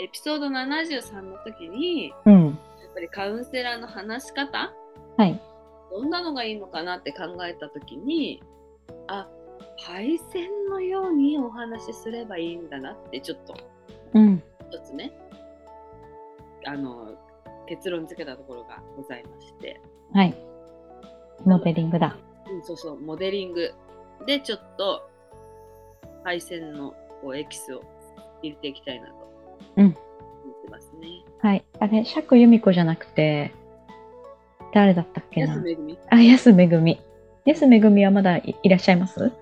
[SPEAKER 1] エピソード73の時にや
[SPEAKER 2] うん。
[SPEAKER 1] っぱりカウンセラーの話し方
[SPEAKER 2] はい。
[SPEAKER 1] どんなのがいいのかなって考えた時にあ配線のようにお話しすればいいんだなってちょっと
[SPEAKER 2] うん。
[SPEAKER 1] 一つねあの結論付けたところがございまして、
[SPEAKER 2] はい。モデリングだ。
[SPEAKER 1] うん、そうそうモデリングでちょっと配線のこうエキスを入れていきたいなと
[SPEAKER 2] うん
[SPEAKER 1] 思ってますね。
[SPEAKER 2] はい。あれ、釈由美子じゃなくて、誰だったっけ
[SPEAKER 1] 安
[SPEAKER 2] な
[SPEAKER 1] めぐみ
[SPEAKER 2] あ、安めぐみ。安めぐみはまだいいらっしゃいます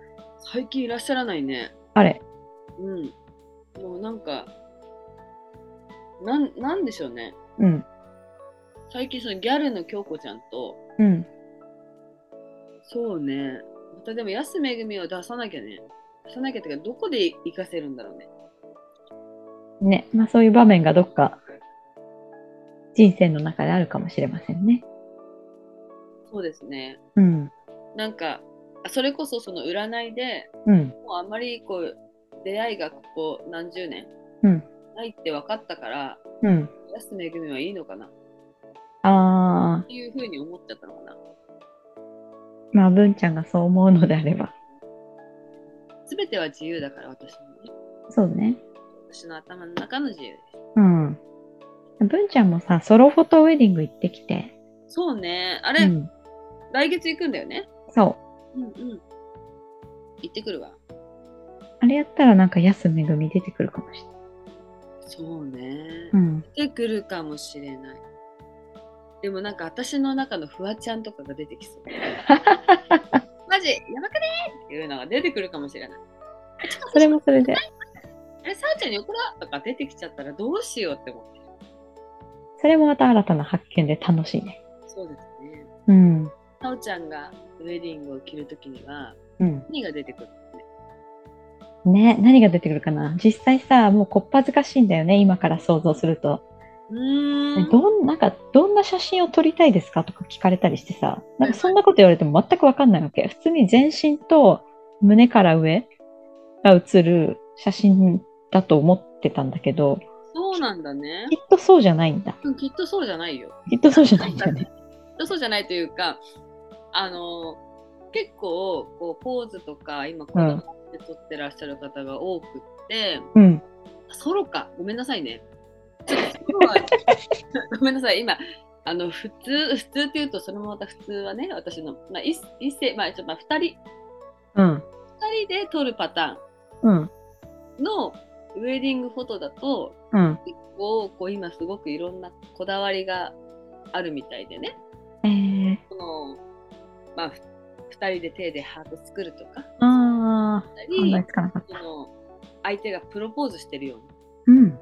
[SPEAKER 1] 最近いらっしゃらないね。
[SPEAKER 2] あれ。
[SPEAKER 1] うん。もうなんか、なんなんでしょうね。
[SPEAKER 2] うん。
[SPEAKER 1] 最近そのギャルの京子ちゃんと、
[SPEAKER 2] うん。
[SPEAKER 1] そうね。またでも安めぐみを出さなきゃね。出さなきゃってか、どこで活かせるんだろうね。
[SPEAKER 2] ね。まあそういう場面がどっか人生の中であるかもしれませんね。
[SPEAKER 1] そうですね。
[SPEAKER 2] うん。
[SPEAKER 1] なんか、あそれこそその占いで、
[SPEAKER 2] うん。
[SPEAKER 1] もうあんまりこう、出会いがここ何十年
[SPEAKER 2] うん。
[SPEAKER 1] ないって分かったから、
[SPEAKER 2] うん。
[SPEAKER 1] 安めぐみはいいのかなっ
[SPEAKER 2] ああ、
[SPEAKER 1] ていうふうに思っちゃったのかな。
[SPEAKER 2] まあ、文ちゃんがそう思うのであれば。
[SPEAKER 1] すべては自由だから、私のね。
[SPEAKER 2] そうね。
[SPEAKER 1] 私の頭の中の自由です。
[SPEAKER 2] うん。文ちゃんもさ、ソロフォトウェディング行ってきて。
[SPEAKER 1] そうね。あ
[SPEAKER 2] う
[SPEAKER 1] れ、
[SPEAKER 2] ん。
[SPEAKER 1] 来月行くんだよね。
[SPEAKER 2] そ
[SPEAKER 1] うんうん。行ってくるわ。
[SPEAKER 2] あれやったらなんか安めぐみ出てくるかもしれない。
[SPEAKER 1] そうね。
[SPEAKER 2] うん。
[SPEAKER 1] 出てくるかもしれない。でもなんか私の中のフワちゃんとかが出てき そう。マジやばくねっていうのが出てくるかもしれない。
[SPEAKER 2] それもそれで。
[SPEAKER 1] あれ、さあちゃんに横だとか出てきちゃったらどうしようって思ってる。
[SPEAKER 2] それもまた新たな発見で楽しいね。
[SPEAKER 1] そうですね。
[SPEAKER 2] うん。
[SPEAKER 1] さおちゃんがウェディングを着るときには
[SPEAKER 2] うん。
[SPEAKER 1] 何が出てくるのね。
[SPEAKER 2] ね、何が出てくるかな実際さ、もうこっぱずかしいんだよね、今から想像すると。
[SPEAKER 1] うーん。
[SPEAKER 2] どんなんかどんな写真を撮りたいですかとか聞かれたりしてさ、なんかそんなこと言われても全くわかんないわけ。普通に全身と胸から上が写る写真だと思ってたんだけど、
[SPEAKER 1] そうなんだね
[SPEAKER 2] き。っとそうじゃないんだ。
[SPEAKER 1] うんきっとそうじゃないよ。
[SPEAKER 2] きっとそうじゃないんだよね。
[SPEAKER 1] きっとそうじゃないというか、あの、結構こうポーズとか今こうやって撮ってらっしゃる方が多くって、
[SPEAKER 2] うん。
[SPEAKER 1] ソロか。ごめんなさいね。ちょっとソロは ごめんなさい。今、あの、普通、普通って言うと、それもまた普通はね、私の、まあ、一一世、まあ、ちょっとまあ、二人、
[SPEAKER 2] うん。
[SPEAKER 1] 二人で撮るパタ
[SPEAKER 2] うん。
[SPEAKER 1] ーンのウェディングフォトだと、
[SPEAKER 2] うん。
[SPEAKER 1] 結構、こう、今すごくいろんなこだわりがあるみたいでね。
[SPEAKER 2] えー、
[SPEAKER 1] その、まあ、ふ二人で手でハート作るとか、
[SPEAKER 2] あ
[SPEAKER 1] た
[SPEAKER 2] ー、考
[SPEAKER 1] り
[SPEAKER 2] え、つかなかっ
[SPEAKER 1] そ
[SPEAKER 2] た。
[SPEAKER 1] の、相手がプロポーズしてるような。
[SPEAKER 2] うん。
[SPEAKER 1] も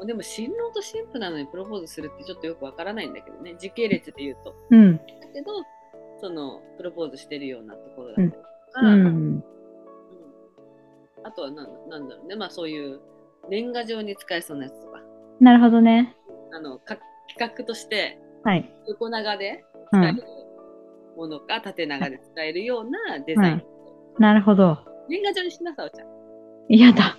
[SPEAKER 1] うでも新郎と新婦なのにプロポーズするってちょっとよくわからないんだけどね時系列で言うと
[SPEAKER 2] うん。
[SPEAKER 1] だけどそのプロポーズしてるようなところだったりとか、
[SPEAKER 2] う
[SPEAKER 1] うん
[SPEAKER 2] ん。
[SPEAKER 1] あとはなんなんだろうねまあそういう年賀状に使えそうなやつとか
[SPEAKER 2] なるほどね。
[SPEAKER 1] あのか企画として
[SPEAKER 2] はい。
[SPEAKER 1] 横長で
[SPEAKER 2] う
[SPEAKER 1] 使え
[SPEAKER 2] ん
[SPEAKER 1] る。ものか、縦長で使えるようなデザイン、
[SPEAKER 2] うんなるほど。
[SPEAKER 1] 年賀状にしなさおちゃん
[SPEAKER 2] 嫌だ。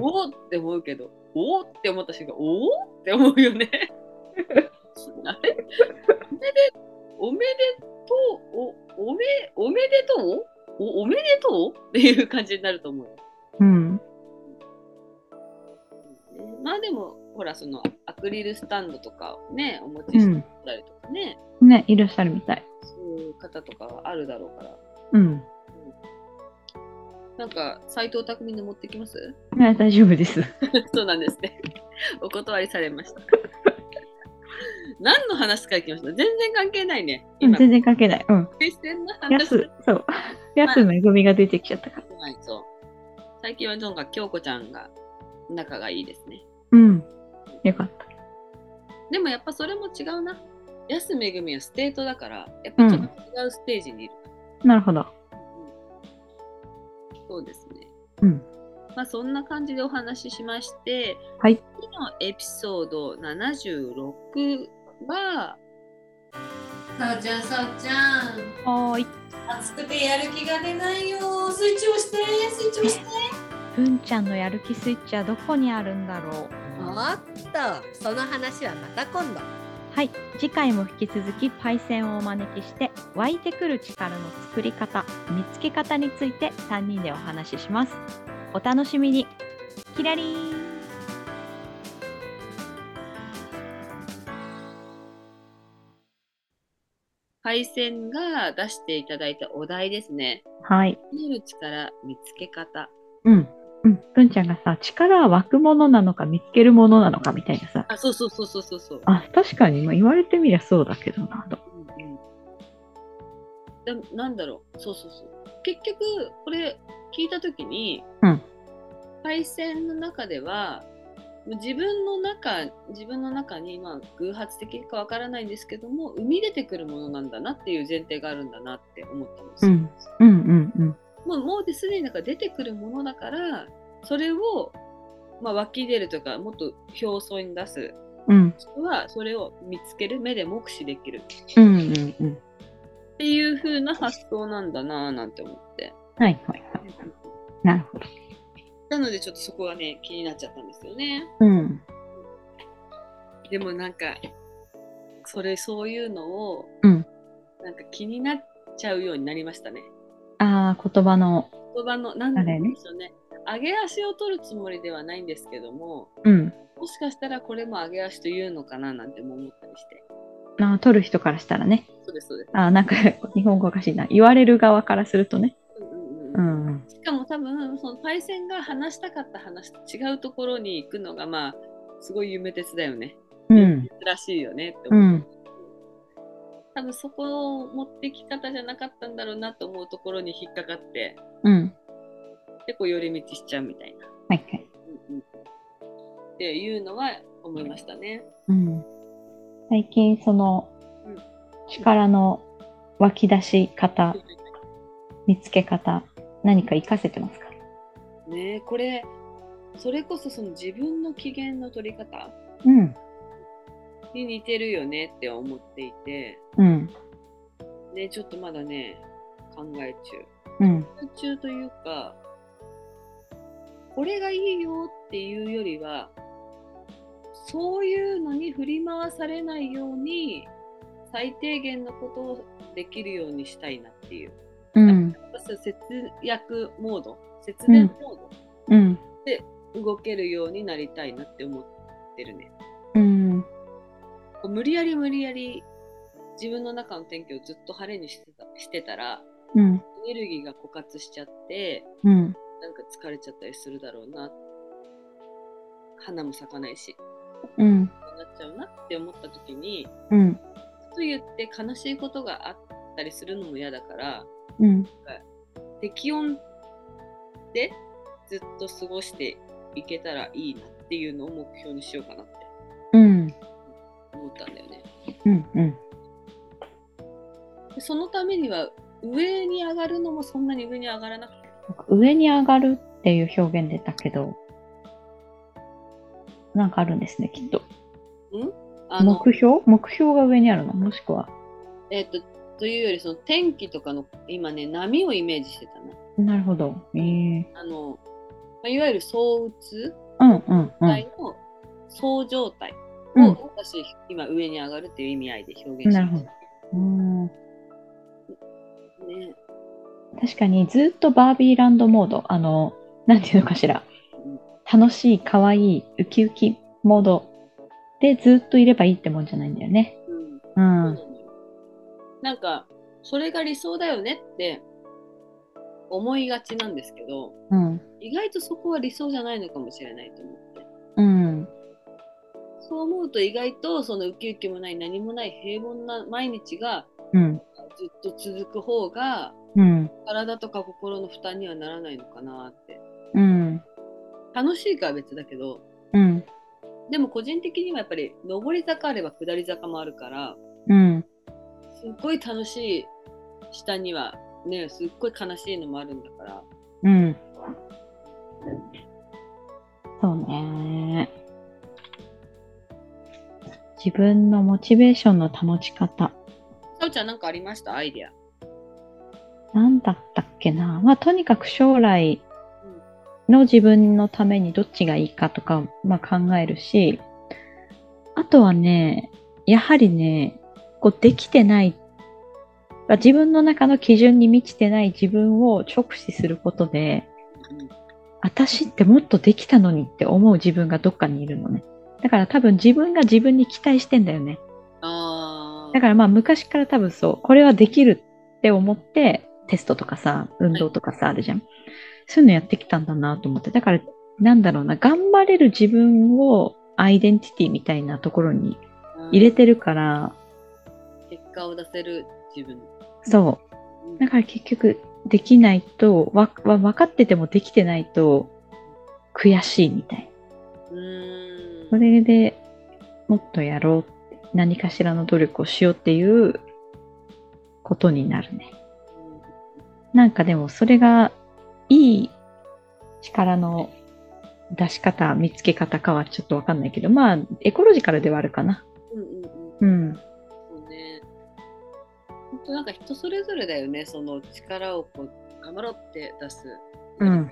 [SPEAKER 1] おおって思うけどおおって思った瞬間おおって思うよねあれおめでとうおおめおめでとうおおめでとうっていう感じになると思う、
[SPEAKER 2] うん。
[SPEAKER 1] まあでもほらそのアクリルスタンドとかをねお持ちしてたりとかね、
[SPEAKER 2] ね、いらっしゃるみたい。
[SPEAKER 1] そういう方とかはあるだろうから
[SPEAKER 2] うん。
[SPEAKER 1] なんか斎藤匠の持ってきます
[SPEAKER 2] ね、大丈夫です。
[SPEAKER 1] そうなんですね お断りされました 何の話から来ました全然関係ないね
[SPEAKER 2] うん
[SPEAKER 1] 今
[SPEAKER 2] 全然関係ない。うん。
[SPEAKER 1] 決してんな
[SPEAKER 2] や
[SPEAKER 1] 話
[SPEAKER 2] す、そう。やすめぐみが出てきちゃったから。
[SPEAKER 1] ないそう最近はなんか京子ちゃんが仲がいいですね
[SPEAKER 3] 嗯
[SPEAKER 2] うん。よかった。
[SPEAKER 1] でもやっぱそれも違うな安めぐみはステートだからやっぱちょっと違うステージにいる、
[SPEAKER 2] なるほど。
[SPEAKER 1] うんそうですね
[SPEAKER 2] うん。
[SPEAKER 1] まあそんな感じでお話ししまして、
[SPEAKER 2] はい
[SPEAKER 1] 次のエピソード76は
[SPEAKER 4] さおちゃん、さおちゃん。
[SPEAKER 2] はーい。
[SPEAKER 4] 暑くてやる気が出ないよ。スイッチ押して、スイッチ押して。
[SPEAKER 2] うんちゃんのやる気スイッチはどこにあるんだろう
[SPEAKER 4] おっと、その話はまた今度。
[SPEAKER 2] はい。次回も引き続き、パイセンをお招きして、湧いてくる力の作り方、見つけ方について3人でお話しします。お楽しみに。キラリーン
[SPEAKER 1] 配線が出していただいたお題ですね。
[SPEAKER 2] はい。
[SPEAKER 1] 見る力、見つけ方。
[SPEAKER 2] うん。うん。文ちゃんがさ、力は湧くものなのか見つけるものなのかみたいなさ。
[SPEAKER 1] あ、そうそうそうそうそうそう。
[SPEAKER 2] あ、確かに、まあ、言われてみりゃそうだけどなと。
[SPEAKER 1] うんうん、でなんだろうそうそうそう結局これ聞いた時に、
[SPEAKER 2] うん
[SPEAKER 1] 対戦の中では自分の中自分の中に、まあ、偶発的かわからないんですけども生み出てくるものなんだなっていう前提があるんだなって思ったんですよ、
[SPEAKER 2] んうんうん
[SPEAKER 1] もうもうですでになんか出てくるものだからそれを、まあ、湧き出るというかもっと表層に出す
[SPEAKER 2] うん。うん
[SPEAKER 1] はそれを見つける目で目視できる
[SPEAKER 2] うんうんうん。
[SPEAKER 1] っていう風な発想なんだなぁなんて思って。
[SPEAKER 2] はいはいはい。なるほど。
[SPEAKER 1] なのでちょっとそこがね気になっちゃったんですよね。
[SPEAKER 2] うん。
[SPEAKER 1] でもなんかそれそういうのを、
[SPEAKER 2] うん
[SPEAKER 1] なんか気になっちゃうようになりましたね。
[SPEAKER 2] ああ、言葉の。
[SPEAKER 1] 言葉のなん
[SPEAKER 2] あ
[SPEAKER 1] で
[SPEAKER 2] れね
[SPEAKER 1] しょうね。上げ足を取るつもりではないんですけども
[SPEAKER 2] うん。
[SPEAKER 1] もしかしたらこれも上げ足というのかななんても思ったりして。
[SPEAKER 2] なあ取る人からしたらね。
[SPEAKER 1] そうです、そうです。
[SPEAKER 2] あなんか日本語おかしいな。言われる側からするとね。
[SPEAKER 1] うんうんう
[SPEAKER 2] うんん。
[SPEAKER 1] しかも多分そのパイセンが話したかった話と違うところに行くのがまあすごい夢鉄だよね。
[SPEAKER 2] うん。
[SPEAKER 1] らしいよねって
[SPEAKER 2] う
[SPEAKER 1] 思う。
[SPEAKER 2] ん。
[SPEAKER 1] 多分そこを持ってき方じゃなかったんだろうなと思うところに引っかかって
[SPEAKER 2] うん。
[SPEAKER 1] でこう寄り道しちゃうみたいな。
[SPEAKER 2] はいはい。
[SPEAKER 1] うんうん、っていうのは思いましたね。
[SPEAKER 2] うん。最近その
[SPEAKER 1] うん
[SPEAKER 2] 力の湧き出し方、見つけ方、何か活かせてますか
[SPEAKER 1] ねえこれそれこそその自分の機嫌の取り方
[SPEAKER 2] うん。
[SPEAKER 1] に似てるよねって思っていて、
[SPEAKER 2] うん。
[SPEAKER 1] ね、ちょっとまだね考え中。
[SPEAKER 2] うん。
[SPEAKER 1] 中というか、これがいいよっていうよりは、そういうのに振り回されないように、最低限のことをできるようにしたいなっていう。
[SPEAKER 2] うん。
[SPEAKER 1] 私は節約モード、節電モード
[SPEAKER 2] うん。
[SPEAKER 1] で動けるようになりたいなって思ってるね。
[SPEAKER 2] うん。
[SPEAKER 1] こう無理やり無理やり自分の中の天気をずっと晴れにしてたしてたら、
[SPEAKER 2] うん。
[SPEAKER 1] エネルギーが枯渇しちゃって、
[SPEAKER 2] うん。
[SPEAKER 1] なんか疲れちゃったりするだろうな花も咲かないし
[SPEAKER 2] うん。
[SPEAKER 1] なっちゃうなって思った時にか
[SPEAKER 2] うん。
[SPEAKER 1] と言って悲しいことがあったりするのも嫌だから
[SPEAKER 2] うん。
[SPEAKER 1] 適温でずっと過ごしていけたらいいなっていうのを目標にしようかなって
[SPEAKER 2] うん。
[SPEAKER 1] 思ったんだよね。
[SPEAKER 2] うん。うん。
[SPEAKER 1] でそのためには上に上がるのもそんなに上に上がらなくて
[SPEAKER 2] なんか上に上がるっていう表現出たけど、なんかあるんですね、きっと。
[SPEAKER 1] あの、
[SPEAKER 2] 目標目標が上にあるのもしくは。
[SPEAKER 1] えっとというよりその天気とかの今ね波をイメージしてたな。
[SPEAKER 2] なるほど。ええ
[SPEAKER 1] あのまあいわゆる躁うつ
[SPEAKER 2] うんうんう
[SPEAKER 1] 体
[SPEAKER 2] ん。
[SPEAKER 1] の総状態
[SPEAKER 2] う
[SPEAKER 1] を
[SPEAKER 2] ん
[SPEAKER 1] 私、今上に上がるっていう意味合いで表現して
[SPEAKER 2] なるほうん
[SPEAKER 1] ね、
[SPEAKER 2] 確かにずっとバービーランドモード、あの、なんていうのかしら
[SPEAKER 1] うん。
[SPEAKER 2] 楽しい、かわいい、ウキウキモードでずっといればいいってもんじゃないんだよね。
[SPEAKER 1] うん
[SPEAKER 2] う。
[SPEAKER 1] そうんな
[SPEAKER 2] うん
[SPEAKER 1] のよなんかそれが理想だよねって思いがちなんですけど
[SPEAKER 2] ん。
[SPEAKER 1] 意外とそこは理想じゃないのかもしれないと思って
[SPEAKER 2] うん。
[SPEAKER 1] そう思うと意外とそのウキウキもない何もない平凡な毎日が
[SPEAKER 2] うん。
[SPEAKER 1] ずっと続く方が
[SPEAKER 2] うん。
[SPEAKER 1] 体とか心の負担にはならないのかなって
[SPEAKER 2] うん。
[SPEAKER 1] 楽しいかは別だけど
[SPEAKER 2] うん。
[SPEAKER 1] でも個人的にはやっぱり上り坂あれば下り坂もあるから
[SPEAKER 2] うん。
[SPEAKER 1] すっごい楽しい下にはねすっごい悲しいのもあるんだから
[SPEAKER 2] うん。そうね。自分のモチベーションの保ち方。
[SPEAKER 1] さおちゃんなんかありましたアイディア
[SPEAKER 2] なんだったっけな。まあ、とにかく将来の自分のためにどっちがいいかとか、まあ、考えるし、あとはね、やはりね、こうできてない、まあ自分の中の基準に満ちてない自分を直視することで、私ってもっとできたのにって思う自分がどっかにいるのね。だから多分自分が自分に期待してんだよね。
[SPEAKER 1] あ
[SPEAKER 2] だからまあ昔から多分そう、これはできるって思ってテストとかさ、運動とかさ、あるじゃん。そういうのやってきたんだなと思って。だからなんだろうな、頑張れる自分をアイデンティティみたいなところに
[SPEAKER 1] ら
[SPEAKER 2] 入れてるから、
[SPEAKER 1] 結果を出せる自分
[SPEAKER 2] そう、だから結局できないとわわ分かっててもできてないと悔しいみたいな。
[SPEAKER 1] うーん
[SPEAKER 2] それでもっとやろう何かしらの努力をしようっていうことになるねなんかでもそれがいい力の出し方見つけ方かはちょっとわかんないけどまあエコロジカルではあるかな
[SPEAKER 1] うんうんうん
[SPEAKER 2] うん
[SPEAKER 1] そうね本当なんか人それぞれだよねその力をこう頑張ろうって出す
[SPEAKER 2] うん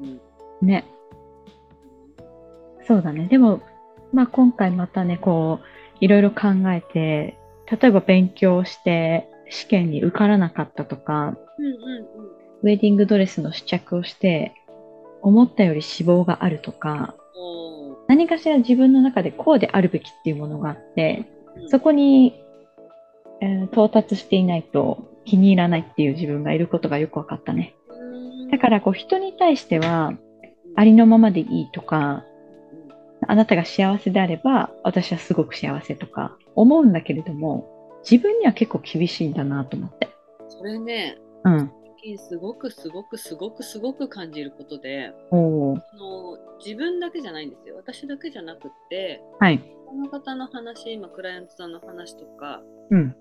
[SPEAKER 1] うん
[SPEAKER 2] ねそうだねでもまあ今回またねこういろいろ考えて例えば勉強して試験に受からなかったとか
[SPEAKER 1] うんうんうん
[SPEAKER 2] ウェディングドレスの試着をして、思ったより脂肪があるとか、
[SPEAKER 1] おー
[SPEAKER 2] 何かしら自分の中でこうであるべきっていうものがあって、
[SPEAKER 1] ううん
[SPEAKER 2] そこに、えー到達していないと気に入らないっていう自分がいることがよく分かったね。だからこう人に対してはありのままでいいとか、あなたが幸せであれば私はすごく幸せとか思うんだけれども、自分には結構厳しいんだなと思って。
[SPEAKER 1] それね
[SPEAKER 2] うん。
[SPEAKER 1] 最近すごくすごくすごくすごく感じることで
[SPEAKER 2] おー
[SPEAKER 1] あの自分だけじゃないんですよ私だけじゃなくって
[SPEAKER 2] はい。
[SPEAKER 1] この方の話今クライアントさんの話とか
[SPEAKER 2] うん。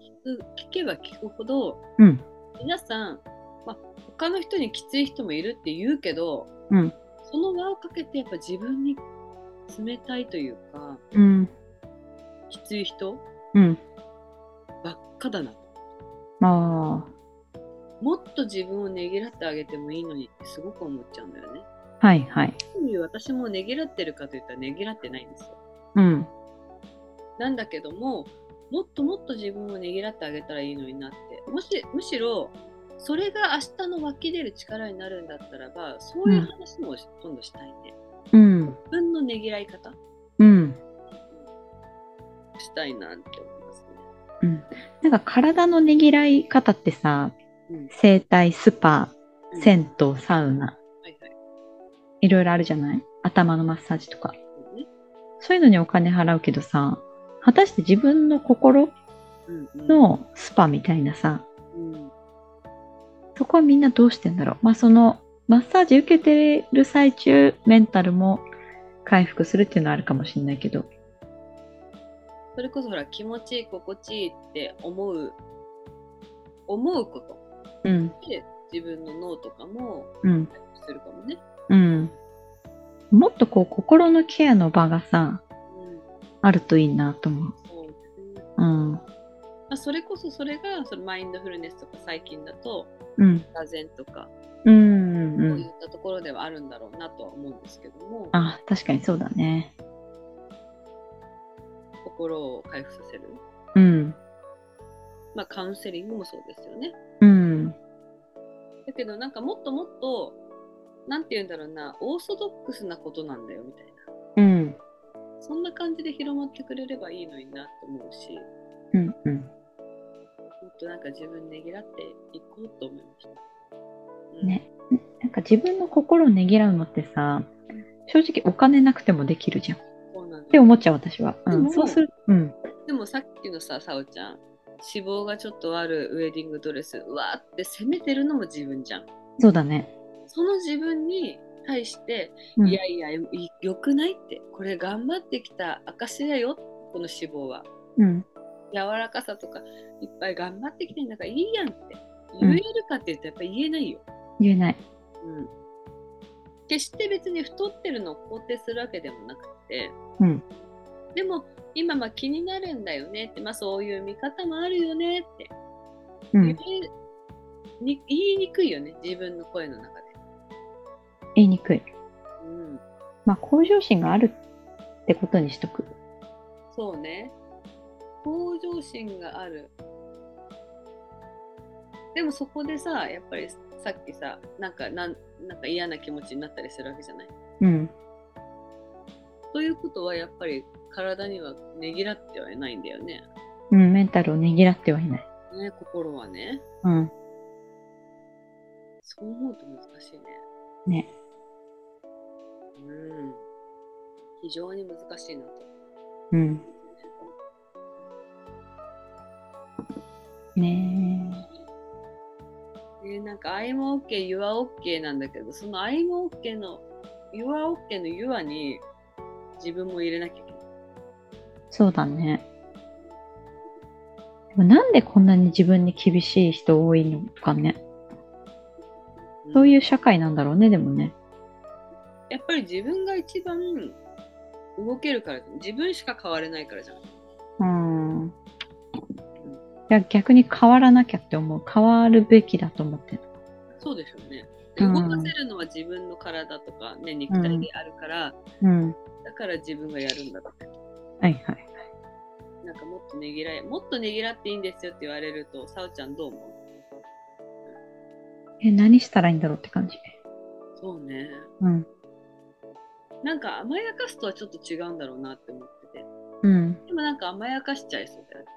[SPEAKER 1] 聞聞けば聞くほど
[SPEAKER 2] うん。
[SPEAKER 1] 皆さん、まあ、他の人にきつい人もいるって言うけど、
[SPEAKER 2] うん
[SPEAKER 1] その輪をかけてやっぱ自分に冷たいというか
[SPEAKER 2] うん。
[SPEAKER 1] きつい人
[SPEAKER 2] うん。
[SPEAKER 1] ばっかだな
[SPEAKER 2] ま
[SPEAKER 1] もっと自分をねぎらってあげてもいいのにってすごく思っちゃうんだよね。
[SPEAKER 2] あ。はいはい。
[SPEAKER 1] どういう私もねぎらってるかといったらねぎらってないんですよ。
[SPEAKER 2] うん。
[SPEAKER 1] なんだけどももっともっと自分をねぎらってあげたらいいのになってもしむしろそれが明日の湧き出る力になるんだったらばそういう話も今度したいね。
[SPEAKER 2] うん。
[SPEAKER 1] 自分のねぎらい方
[SPEAKER 2] うん。
[SPEAKER 1] したいなって思いますね。
[SPEAKER 2] うんなんか体のねぎらい方ってさ、
[SPEAKER 1] うん
[SPEAKER 2] 整体、スパ、
[SPEAKER 1] うん
[SPEAKER 2] 銭湯、サウナ、
[SPEAKER 1] はいはい。
[SPEAKER 2] いろいろあるじゃない頭のマッサージとか。
[SPEAKER 1] そうね
[SPEAKER 2] そういうのにお金払うけどさ、果たして自分の心
[SPEAKER 1] うんうん
[SPEAKER 2] のスパみたいなさ、
[SPEAKER 1] うん
[SPEAKER 2] そこはみんなどうしてんだろう。まあその、マッサージ受けてる最中、メンタルも回復するっていうのはあるかもしれないけど。
[SPEAKER 1] それこそほら気持ちいい心地いいって思う思うこと
[SPEAKER 2] うん、
[SPEAKER 1] で自分の脳とかも
[SPEAKER 2] うん、
[SPEAKER 1] するかもね。
[SPEAKER 2] うん。もっとこう、心のケアの場がさ、
[SPEAKER 1] うん、
[SPEAKER 2] あるといいなと思う。
[SPEAKER 1] そうですね
[SPEAKER 2] うん、
[SPEAKER 1] まあ、それこそそれがそのマインドフルネスとか最近だと
[SPEAKER 2] うん。
[SPEAKER 1] 座禅とか
[SPEAKER 2] うんう
[SPEAKER 1] そ
[SPEAKER 2] んう
[SPEAKER 1] うい
[SPEAKER 2] ん。
[SPEAKER 1] ったところではあるんだろうなとは思うんですけども、
[SPEAKER 2] あ、確かにそうだね。
[SPEAKER 1] 心を回復させる、
[SPEAKER 2] うん。
[SPEAKER 1] まあ、カウンセリングもそうですよね。
[SPEAKER 2] うん。
[SPEAKER 1] だけどなんかもっともっとなんて言うんだろうなオーソドックスなことなんだよみたいな
[SPEAKER 2] うん。
[SPEAKER 1] そんな感じで広まってくれればいいのになと思うし
[SPEAKER 2] うん。うん。
[SPEAKER 1] もっとなんか自分ねぎらっていこうと思いました、うん
[SPEAKER 2] ね。なんか自分の心をねぎらうのってさ、正直お金なくてもできるじゃん。っ
[SPEAKER 1] そうなんだ
[SPEAKER 2] て思っちゃう私は。う
[SPEAKER 1] で
[SPEAKER 2] ん。
[SPEAKER 1] も
[SPEAKER 2] そうする。うん。
[SPEAKER 1] でもさっきのささおちゃん脂肪がちょっとあるウェディングドレスうわーって責めてるのも自分じゃん
[SPEAKER 2] そうだね。
[SPEAKER 1] その自分に対して、
[SPEAKER 2] うん
[SPEAKER 1] いやいやいよくないってこれ頑張ってきた証だよこの脂肪は
[SPEAKER 2] うん。
[SPEAKER 1] 柔らかさとかいっぱい頑張ってきてんだからいいやんって言えるかって言うとやっぱ言えないよ、
[SPEAKER 2] 言えない。
[SPEAKER 1] うん決して別に太ってるのを肯定するわけでもなくて、
[SPEAKER 2] うん
[SPEAKER 1] でも今まあ気になるんだよねって、まあ、そういう見方もあるよねって
[SPEAKER 2] う
[SPEAKER 1] 言え
[SPEAKER 2] ん。
[SPEAKER 1] に言いにくいよね自分の声の中で、
[SPEAKER 2] 言いにくい。
[SPEAKER 1] うん、
[SPEAKER 2] まあ、向上心があるってことにしとく。
[SPEAKER 1] そうね向上心があるでもそこでさやっぱりさっきさなんかなんなんか嫌な気持ちになったりするわけじゃない
[SPEAKER 2] うん。
[SPEAKER 1] ということはやっぱり体にはねぎらってはいないんだよね。
[SPEAKER 2] うん。メンタルをねぎらってはいない。
[SPEAKER 1] ね心はね。
[SPEAKER 2] うん。
[SPEAKER 1] そう思うと難しいね。
[SPEAKER 2] ね。
[SPEAKER 1] うん。非常に難しいなと。
[SPEAKER 2] うん。ねえ。
[SPEAKER 1] ねなんか、I'm OK, you are OK なんだけど、その I'm OK の、you are OK の you are に自分も入れなきゃいけない。
[SPEAKER 2] そうだね。でもなんでこんなに自分に厳しい人多いのかね。そういう社会なんだろうね、でもね。
[SPEAKER 1] やっぱり自分が一番動けるから、自分しか変われないからじゃん。
[SPEAKER 2] うん。いや、逆に変わらなきゃって思う。変わるべきだと思ってる。
[SPEAKER 1] そうですよね。で
[SPEAKER 2] うん
[SPEAKER 1] 動かせるのは自分の体とか、ね、肉体であるから、
[SPEAKER 2] うん。
[SPEAKER 1] だから自分がやるんだって。
[SPEAKER 2] はいはい。
[SPEAKER 1] なんかもっとねぎらい、もっとねぎらっていいんですよって言われると、さおちゃんどう思う
[SPEAKER 2] え、何したらいいんだろうって感じ。
[SPEAKER 1] そうね。
[SPEAKER 2] うん。
[SPEAKER 1] なんか甘やかすとはちょっと違うんだろうなって思ってて。
[SPEAKER 2] うん。
[SPEAKER 1] でもなんか甘やかしちゃいそうだよね。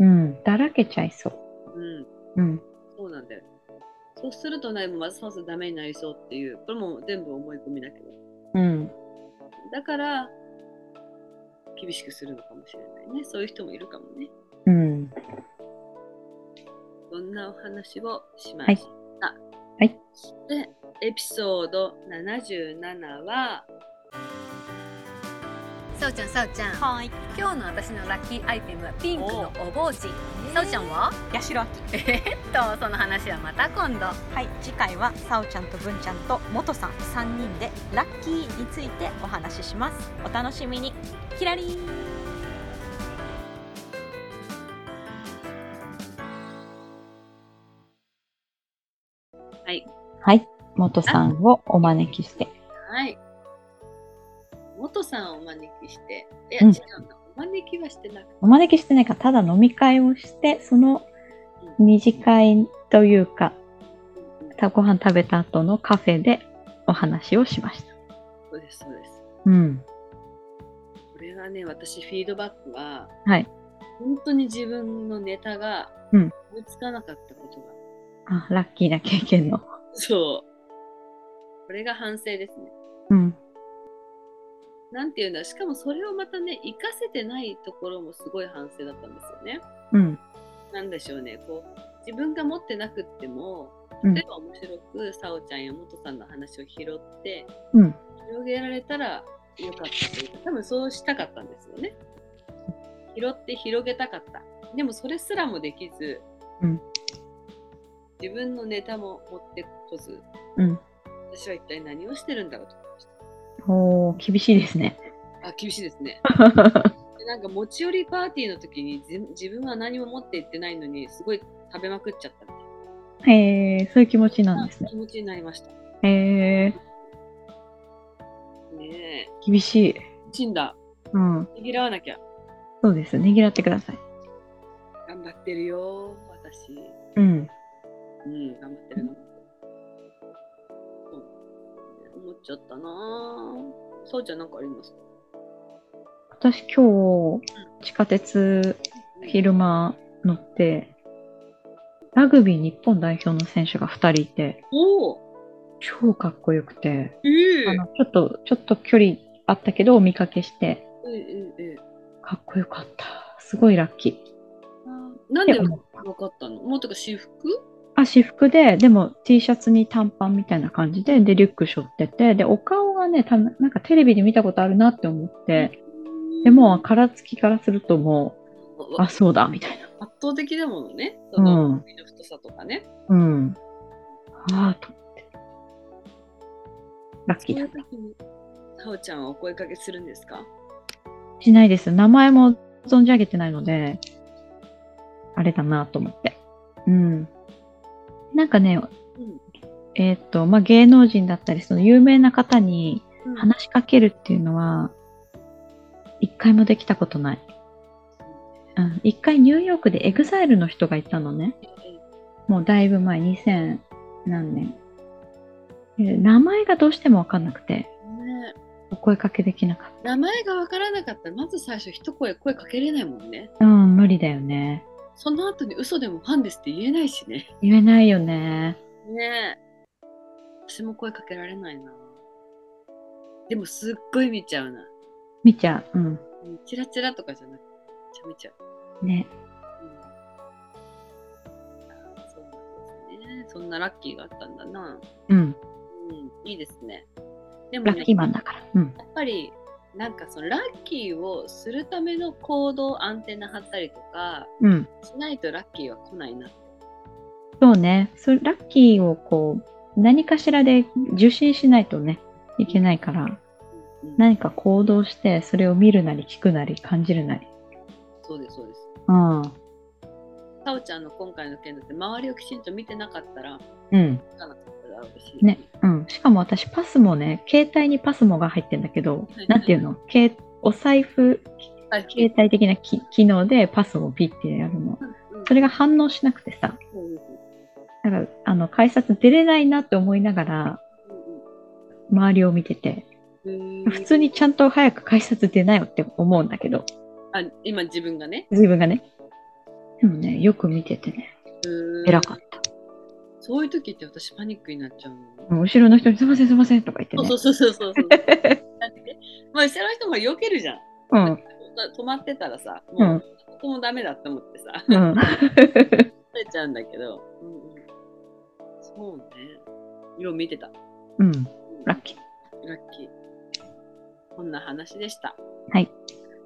[SPEAKER 2] うん。だらけちゃいそう。
[SPEAKER 1] うん。
[SPEAKER 2] うん。
[SPEAKER 1] そうなんだよね。そうするとね、もうまずそうそうダメになりそうっていう、これも全部思い込みだけど。
[SPEAKER 2] うん。
[SPEAKER 1] だから、厳しくするのかもしれないね。そういう人もいるかもね。
[SPEAKER 2] うん。
[SPEAKER 1] そんなお話をしま
[SPEAKER 2] はい
[SPEAKER 1] した。
[SPEAKER 2] はい
[SPEAKER 1] で、エピソード77は、
[SPEAKER 4] さおちゃんさおちゃん
[SPEAKER 5] はい。
[SPEAKER 4] 今日の私のラッキーアイテムはピンクのお帽子さお、ちゃんは
[SPEAKER 5] 八代亜紀。
[SPEAKER 4] えへへっとその話はまた今度
[SPEAKER 5] はい。次回はさおちゃんと文ちゃんともとさん三人でラッキーについてお話しします。お楽しみに。キラリン。
[SPEAKER 1] はい。
[SPEAKER 2] はい。元さんをお招きして。
[SPEAKER 1] はい。元さんをお招きして、いや、
[SPEAKER 2] うん
[SPEAKER 1] 違うな、お招きはしてなくて、
[SPEAKER 2] お招きしてないから、ただ飲み会をして、その二次会というか、たご飯食べた後のカフェでお話をしました。
[SPEAKER 1] そうです、そうです。
[SPEAKER 2] うん。
[SPEAKER 1] これはね、私、フィードバックは、
[SPEAKER 2] はい。
[SPEAKER 1] 本当に自分のネタが
[SPEAKER 2] うん
[SPEAKER 1] 追いつかなかったことが、
[SPEAKER 2] あ、ラッキーな経験の。
[SPEAKER 1] そう。これが反省ですね。
[SPEAKER 2] うん。
[SPEAKER 1] なんていうんだ、しかもそれをまたね、活かせてないところもすごい反省だったんですよね。
[SPEAKER 2] うん。
[SPEAKER 1] なんでしょうね、こう、自分が持ってなくっても、
[SPEAKER 2] うん
[SPEAKER 1] 例えば面白く、さおちゃんやもとさんの話を拾って、
[SPEAKER 2] うん。
[SPEAKER 1] 広げられたらよかったというか多分そうしたかったんですよね拾って広げたかったでもそれすらもできず、
[SPEAKER 2] うん
[SPEAKER 1] 自分のネタも持ってこず
[SPEAKER 2] うん。
[SPEAKER 1] 私は一体何をしてるんだろうと思いまし
[SPEAKER 2] おー、厳しいですね。
[SPEAKER 1] たあ厳しいです ねでなんか持ち寄りパーティーの時に自自分は何も持って行ってないのにすごい食べまくっちゃったみたい
[SPEAKER 2] へえ、そういう気持ちなん
[SPEAKER 1] な
[SPEAKER 2] ですね
[SPEAKER 1] 気。持ちになりましたね
[SPEAKER 2] へえ、
[SPEAKER 1] え
[SPEAKER 2] 厳しい。
[SPEAKER 1] 死んだ
[SPEAKER 2] うん。
[SPEAKER 1] 握らわなきゃ
[SPEAKER 2] そうです。ねぎらってください。
[SPEAKER 1] 頑張ってるよ私
[SPEAKER 2] うん。
[SPEAKER 1] うん、頑張ってるな。そう思っちゃったなぁ。そうちゃんなんかありますか
[SPEAKER 2] 私今日、地下鉄、昼間乗って、ラグビー日本代表の選手が2人いて、
[SPEAKER 1] おお
[SPEAKER 2] 超かっこよくて、
[SPEAKER 1] ええ
[SPEAKER 2] あのちょっと、ちょっと距離あったけど、お見かけして、
[SPEAKER 1] ええええ
[SPEAKER 2] かっこよかった。すごいラッキー。
[SPEAKER 1] なんで
[SPEAKER 2] でも
[SPEAKER 1] 分かったのもうとか私服
[SPEAKER 2] あ、私服で、でも T シャツに短パンみたいな感じで、で、リュック背負ってて、で、お顔がね、たなんかテレビで見たことあるなって思って、でも、殻付きからするともう、
[SPEAKER 1] わ
[SPEAKER 2] あ、そうだ、みたいな。
[SPEAKER 1] 圧倒的だものね。そ
[SPEAKER 2] うん
[SPEAKER 1] の首の太さとかね。
[SPEAKER 2] うん。ああ、と思って。ラッキ
[SPEAKER 1] そ
[SPEAKER 2] ー
[SPEAKER 1] うい
[SPEAKER 2] だ
[SPEAKER 1] う。時に、さおちゃんはお声かけするんですか
[SPEAKER 2] しないです。名前も存じ上げてないので、あれだなと思って。うん。なんか
[SPEAKER 1] う
[SPEAKER 2] ね、
[SPEAKER 1] ん
[SPEAKER 2] えっ、と、まあ、芸能人だったり、その有名な方に話しかけるっていうのは、一回もできたことない。うん。一回ニューヨークでエグザイルの人がいたのね。もうだいぶ前、2000何年。えー名前がどうしてもわかんなくて、
[SPEAKER 1] ね
[SPEAKER 2] お声かけできなかっ
[SPEAKER 1] 名前が分からなかったらまず最初一声声かけれないもんね
[SPEAKER 2] た。うん、無理だよね。
[SPEAKER 1] その後に嘘でもファンですって言えないしね
[SPEAKER 2] 言えないよね。
[SPEAKER 1] ねえ。私も声かけられないな。でもすっごい見ちゃうな。
[SPEAKER 2] 見ちゃう。うん。
[SPEAKER 1] うんチラチラとかじゃなくて、めっちゃ見ちゃう。
[SPEAKER 2] ね。
[SPEAKER 1] うんあそうなんですね。そんなラッキーがあったんだな。
[SPEAKER 2] うん。
[SPEAKER 1] うん、いいですね。でも
[SPEAKER 2] ラ
[SPEAKER 1] ね
[SPEAKER 2] ッ、キーマンだから。うん。
[SPEAKER 1] やっぱり、なんかそのラッキーをするための行動アンテナ張ったりとか
[SPEAKER 2] うん。
[SPEAKER 1] しないとラッキーは来ないな。
[SPEAKER 2] そうね。それラッキーをこう、何かしらで受信しないとね、いけないか
[SPEAKER 1] う
[SPEAKER 2] ら、
[SPEAKER 1] んうん
[SPEAKER 2] 何か行動して、それを見るなり聞くなり感じるなり。
[SPEAKER 1] そうです、そうです。
[SPEAKER 2] うん。
[SPEAKER 1] さおちゃんの今回の件だって、周りをきちんと見てなかったら、
[SPEAKER 2] うん。
[SPEAKER 1] つかなかっただろうし。
[SPEAKER 2] ね。うん。しかも私、パスもね、携帯にパスもが入ってんだけど
[SPEAKER 1] はい、
[SPEAKER 2] なんていうの携お財布、
[SPEAKER 1] はい。
[SPEAKER 2] 携帯的なき機能でパスをピッてやるの。それが反応しなくてさ、
[SPEAKER 1] うんうん
[SPEAKER 2] だから、あの、改札出れないなって思いながら、
[SPEAKER 1] うんうん
[SPEAKER 2] 周りを見てて、普通にちゃんと早く改札出なよって思うんだけど、
[SPEAKER 1] あ今自分がね
[SPEAKER 2] 自分がね。でもね、よく見ててね、
[SPEAKER 1] うーん
[SPEAKER 2] 偉かった。
[SPEAKER 1] そういう時って私パニックになっちゃうの、
[SPEAKER 2] うん後ろの人にすいませんすいませんとか言って
[SPEAKER 1] そう
[SPEAKER 2] ね
[SPEAKER 1] そう。そうそうそうだってまあ後ろの人も避けるじゃん
[SPEAKER 2] うん。
[SPEAKER 1] 止まってたらさ
[SPEAKER 2] う
[SPEAKER 1] もうんここもダメだって思ってさ
[SPEAKER 2] うん。
[SPEAKER 1] 取れちゃうんだけど、うんうん、そうね色見てた
[SPEAKER 2] うん。ラッキー。
[SPEAKER 1] ラッキー。こんな話でした。
[SPEAKER 2] はい。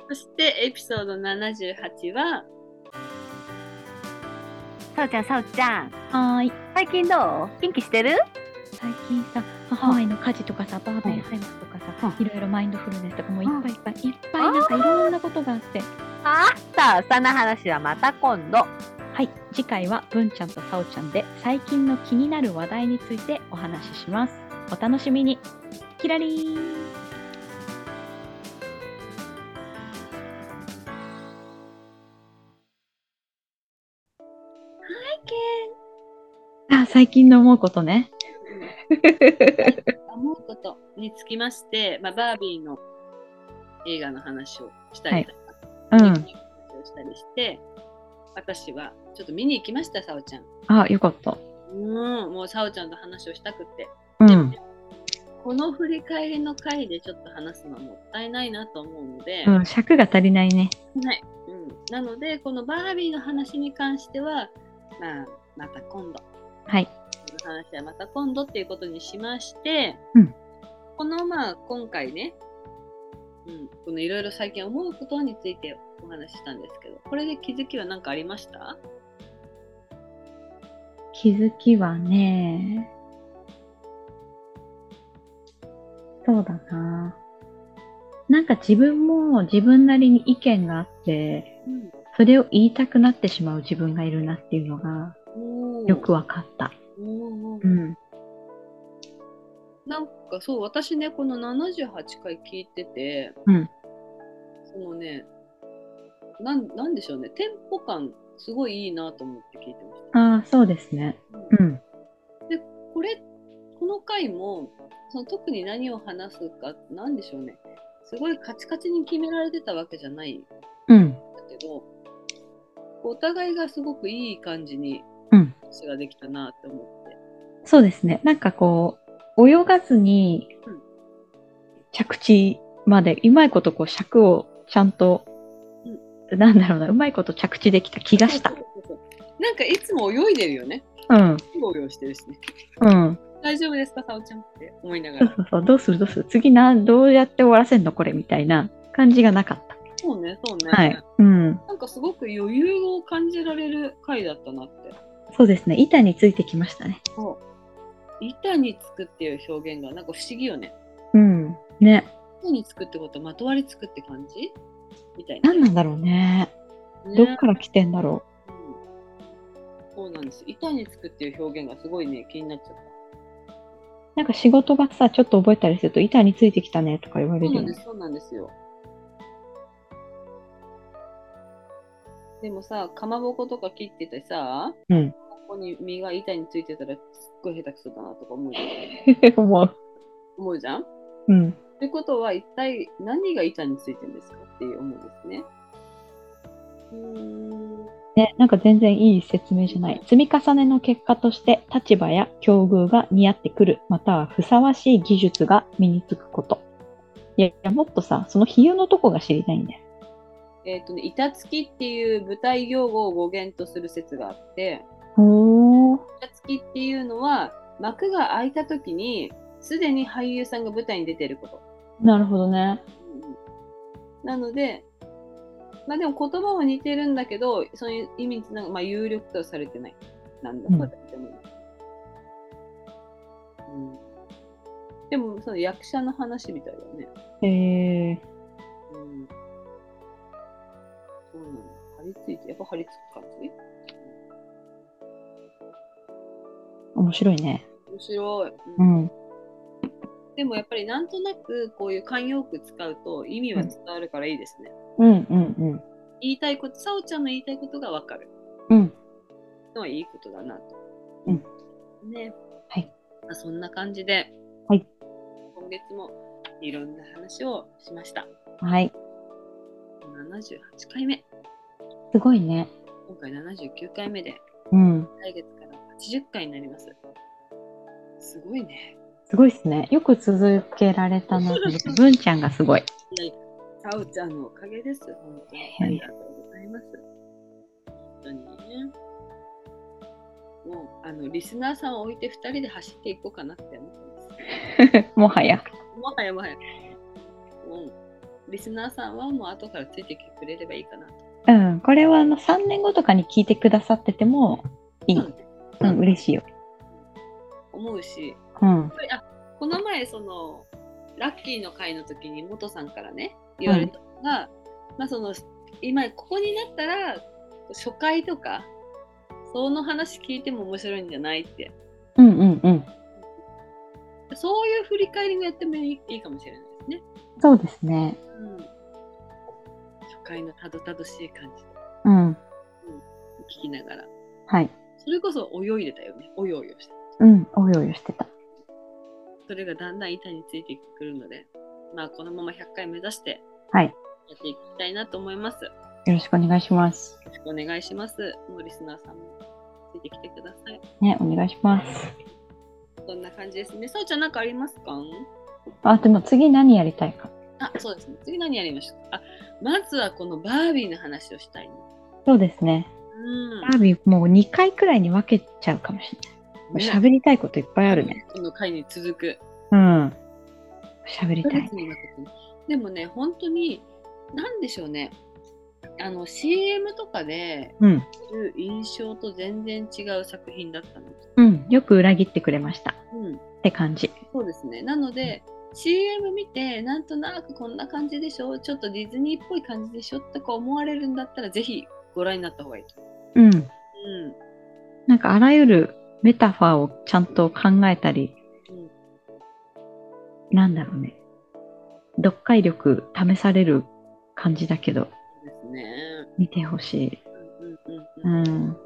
[SPEAKER 1] そしてエピソード78は、
[SPEAKER 6] さおちゃん、さおちゃん、
[SPEAKER 2] はーい。
[SPEAKER 6] 最近どう元気してる
[SPEAKER 2] 最近さ、ハワイの家事とかさ、バーベンハイムとかさ、いろいろマインドフルネスとかもういっぱいいっぱい、いっぱいなんかいろんなことがあって。
[SPEAKER 6] あったその話はまた今度。
[SPEAKER 2] はい、次回は文ちゃんとさおちゃんで最近の気になる話題についてお話しします。お楽しみに。キラリーン。あ、最近の思うことね。
[SPEAKER 1] 思うことにつきまして、まあ、バービーの映画の話をしたりとか、日
[SPEAKER 2] うん。
[SPEAKER 1] 本の話をしたりして、私はちょっと見に行きました、さおちゃん。
[SPEAKER 2] あ、よかった。
[SPEAKER 1] うん、もうさおちゃんと話をしたくって。
[SPEAKER 2] うん。
[SPEAKER 1] この振り返りの回でちょっと話すのはもったいないなと思うので、
[SPEAKER 2] うん、尺が足りないね。
[SPEAKER 1] はい、うん、なのでこのバービーの話に関しては、まあ、また今度
[SPEAKER 2] はい。
[SPEAKER 1] この話はまた今度っていうことにしまして、
[SPEAKER 2] うん
[SPEAKER 1] このまあ今回ね、うん、このいろいろ最近思うことについてお話ししたんですけどこれで気づきは何かありました
[SPEAKER 2] 気づきはね、そうだな。なんか自分も自分なりに意見があって、
[SPEAKER 1] うん
[SPEAKER 2] それを言いたくなってしまう自分がいるなっていうのがよく
[SPEAKER 1] は、
[SPEAKER 2] わかった。
[SPEAKER 1] おー
[SPEAKER 2] うん。
[SPEAKER 1] なんかそう私ねこの78回聞いてて、
[SPEAKER 2] うん
[SPEAKER 1] そのねなんなんでしょうねテンポ感すごいいいなと思って聞いてまし
[SPEAKER 2] ああ、そうですね。
[SPEAKER 1] た。
[SPEAKER 2] うん。
[SPEAKER 1] これこの回もその特に何を話すかなんでしょうねすごいカチカチに決められてたわけじゃないんだ
[SPEAKER 2] うん。
[SPEAKER 1] けどお互いがすごくいい感じに
[SPEAKER 2] うん
[SPEAKER 1] 話ができたなって思って、
[SPEAKER 2] そうですね。なんかこう、泳がずに
[SPEAKER 1] うん
[SPEAKER 2] 着地まで、うまいことこう尺をちゃんと、なんだろうな、うまいこと着地できた気がした
[SPEAKER 1] そう。そうそうなんかいつも泳いでるよね
[SPEAKER 2] う
[SPEAKER 1] い
[SPEAKER 2] ん。
[SPEAKER 1] つも泳いしてるしね
[SPEAKER 2] うん。
[SPEAKER 1] 大丈夫ですかさおちゃんって思いなが
[SPEAKER 2] そう
[SPEAKER 1] ら
[SPEAKER 2] そうそう、どうするどうする次な、どうやって終わらせんのこれみたいな感じがなかった。
[SPEAKER 1] そうねそうね、
[SPEAKER 2] はい。うん。
[SPEAKER 1] なんかすごく余裕を感じられる回だったなって
[SPEAKER 2] そうですね。板についてきましたね。
[SPEAKER 1] 板につくっていう表現がなんか不思議よね
[SPEAKER 2] うん。ね。
[SPEAKER 1] 何につくってことまとわりつくって感じみたいな。
[SPEAKER 2] 何なんだろうね。
[SPEAKER 1] ね
[SPEAKER 2] どっから来てんだろ
[SPEAKER 1] うんそうなんです。板につくっていう表現がすごいね、気になっちゃった。
[SPEAKER 2] う。なんか仕事がさ、ちょっと覚えたりすると、板についてきたねとか言われ
[SPEAKER 1] そう
[SPEAKER 2] る
[SPEAKER 1] な
[SPEAKER 2] よ
[SPEAKER 1] んで
[SPEAKER 2] ね。
[SPEAKER 1] す、そうなんですよ。でもさ、かまぼことか切っててさ、
[SPEAKER 2] うん
[SPEAKER 1] ここに身が板についてたらすっごい下手くそだなとか思うじゃん。
[SPEAKER 2] 思う。
[SPEAKER 1] 思うじゃんっ
[SPEAKER 2] うん。
[SPEAKER 1] てことは、一体何が板についてるんですかっていう思うんですね。うーん
[SPEAKER 2] ね、なんか全然いい説明じゃない。積み重ねの結果として、立場や境遇が似合ってくる、またはふさわしい技術が身につくこと。いやいや、もっとさ、その比喩のとこが知りたいんだよ。
[SPEAKER 1] えっ、とね、板付きっていう舞台用語を語源とする説があって、
[SPEAKER 2] ほー。
[SPEAKER 1] 板付きっていうのは幕が開いた時にすでに俳優さんが舞台に出てること。
[SPEAKER 2] なるほどね。
[SPEAKER 1] なので、まあでも言葉は似てるんだけど、そういう意味につながまあ有力とはされてない。なんだ、
[SPEAKER 2] うん
[SPEAKER 1] そうだって思いますうんでも、その役者の話みたいだよね。
[SPEAKER 2] へえ
[SPEAKER 1] うん。そうなの。張り付いて、やっぱ張り付く感じ
[SPEAKER 2] 面白いね。
[SPEAKER 1] 面白い。
[SPEAKER 2] う
[SPEAKER 1] うん
[SPEAKER 2] ん。
[SPEAKER 1] でもやっぱりなんとなくこういう慣用句使うと意味は伝わるからいいですね。
[SPEAKER 2] うんうん
[SPEAKER 1] 言いたいこと、さおちゃんの言いたいことがわかる
[SPEAKER 2] うん。うん。
[SPEAKER 1] のはいいことだなと。
[SPEAKER 2] うん。
[SPEAKER 1] ね。
[SPEAKER 2] はい。
[SPEAKER 1] まあ、そんな感じで、
[SPEAKER 2] はい。
[SPEAKER 1] 今月もいろんな話をしました。
[SPEAKER 2] はい。
[SPEAKER 1] 78回目、
[SPEAKER 2] すごいね。
[SPEAKER 1] 今回79回目で、
[SPEAKER 2] うん。
[SPEAKER 1] 来月から80回になります。すごいね。
[SPEAKER 2] すごいっすね。よく続けられ たな。文ちゃんがすごい。
[SPEAKER 1] さおちゃんのおかげです。本当に。
[SPEAKER 2] い
[SPEAKER 1] あ
[SPEAKER 2] やい
[SPEAKER 1] り
[SPEAKER 2] や
[SPEAKER 1] がとうございます。本当にね。もう、あの、リスナーさんを置いて2人で走っていこうかなって思ってます。
[SPEAKER 2] もはや。
[SPEAKER 1] もはやもはや。うん。リスナーさんはもう後からついてきてくれればいいかなと。
[SPEAKER 2] うん。これはあの3年後とかに聞いてくださっててもいい。
[SPEAKER 1] う
[SPEAKER 2] うんん、嬉しいよ。
[SPEAKER 1] 思うし、
[SPEAKER 2] うん。
[SPEAKER 1] これあこの前そのラッキーの会の時に元さんからね言われたのが、まあその今ここになったら初回とかその話聞いても面白いんじゃないって
[SPEAKER 2] うんうんうん。
[SPEAKER 1] そういう振り返りもやってもいいいいかもしれないですね、
[SPEAKER 2] そうですね。
[SPEAKER 1] うん、初回のたどたどしい感じで
[SPEAKER 2] うん。
[SPEAKER 1] 聞きながら
[SPEAKER 2] はい。
[SPEAKER 1] それこそ泳いでたよね泳いをして
[SPEAKER 2] うん。およおよしてた。
[SPEAKER 1] それがだんだん板についてくるのでまあこのまま100回目指して
[SPEAKER 2] はい
[SPEAKER 1] やっていきたいなと思います、
[SPEAKER 2] よろしくお願いします。
[SPEAKER 1] よろしくお願いします。もうリスナーさんもついてきてください。
[SPEAKER 2] ね、お願いします。
[SPEAKER 1] そんな感じですね。さおちゃん、なんかありますか
[SPEAKER 2] あ、でも次何やりたいか。
[SPEAKER 1] あ、そうですね。次何やりましょうか。あ、まずはこのバービーの話をしたいね。
[SPEAKER 2] そうですね。
[SPEAKER 1] うん
[SPEAKER 2] バ。ービーもう2回くらいに分けちゃうかもしれない。喋りたいこといっぱいあるね。
[SPEAKER 1] この回に続く。
[SPEAKER 2] うん。喋
[SPEAKER 1] 1
[SPEAKER 2] り
[SPEAKER 1] ヶ
[SPEAKER 2] たい
[SPEAKER 1] 月。にわたってねでもね、本当に、なんでしょうね。あの、CM とかで、
[SPEAKER 2] うん。
[SPEAKER 1] 印象と全然違う作品だったの。
[SPEAKER 2] うん。よく裏切ってくれました。っ
[SPEAKER 1] うん。
[SPEAKER 2] て感じ。
[SPEAKER 1] そうですね。なので、CM 見て、なんとなくこんな感じでしょ、ちょっとディズニーっぽい感じでしょとか思われるんだったら、ぜひご覧になった方がいいと。
[SPEAKER 2] うん。
[SPEAKER 1] うん。
[SPEAKER 2] なんかあらゆるメタファーをちゃんと考えたり、なんだろうね。読解力試される感じだけど、
[SPEAKER 1] そうですね。
[SPEAKER 2] 見てほしい。
[SPEAKER 1] うんう
[SPEAKER 2] う
[SPEAKER 1] うん
[SPEAKER 2] んん。
[SPEAKER 1] うん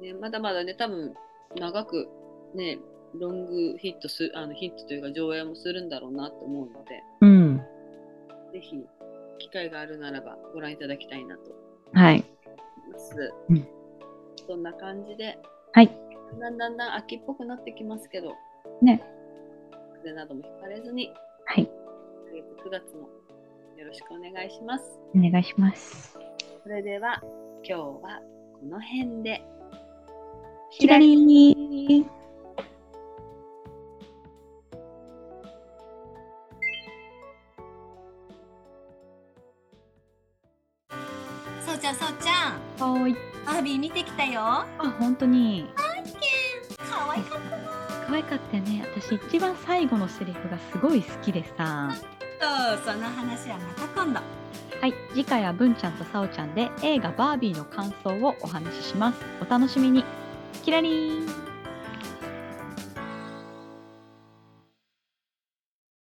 [SPEAKER 1] ね、まだまだね、多分長くね、ロングヒットすあのヒットというか上映もするんだろうなと思うので、
[SPEAKER 2] うん。
[SPEAKER 1] ぜひ機会があるならばご覧いただきたいなと
[SPEAKER 2] はい。
[SPEAKER 1] 思います。
[SPEAKER 2] うん
[SPEAKER 1] そんな感じで、
[SPEAKER 2] はい。
[SPEAKER 1] だんだんだん秋っぽくなってきますけど、
[SPEAKER 2] ね。
[SPEAKER 1] 風邪などもひかれずに、
[SPEAKER 2] はい。
[SPEAKER 1] 9月もよろしくお願いします。
[SPEAKER 2] お願いします。
[SPEAKER 1] それでは今日はこの辺で。
[SPEAKER 2] 左に。
[SPEAKER 4] さおちゃんさおちゃん
[SPEAKER 2] はい。
[SPEAKER 4] バービー見てきたよ
[SPEAKER 2] あ、本当に。
[SPEAKER 4] 可愛かっ
[SPEAKER 2] 可愛かったよね。私一番最後のセリフがすごい好きでさ。
[SPEAKER 4] たその話はまた今度
[SPEAKER 2] はい。次回は文ちゃんとさおちゃんで映画バービーの感想をお話しします。お楽しみに。キラリン。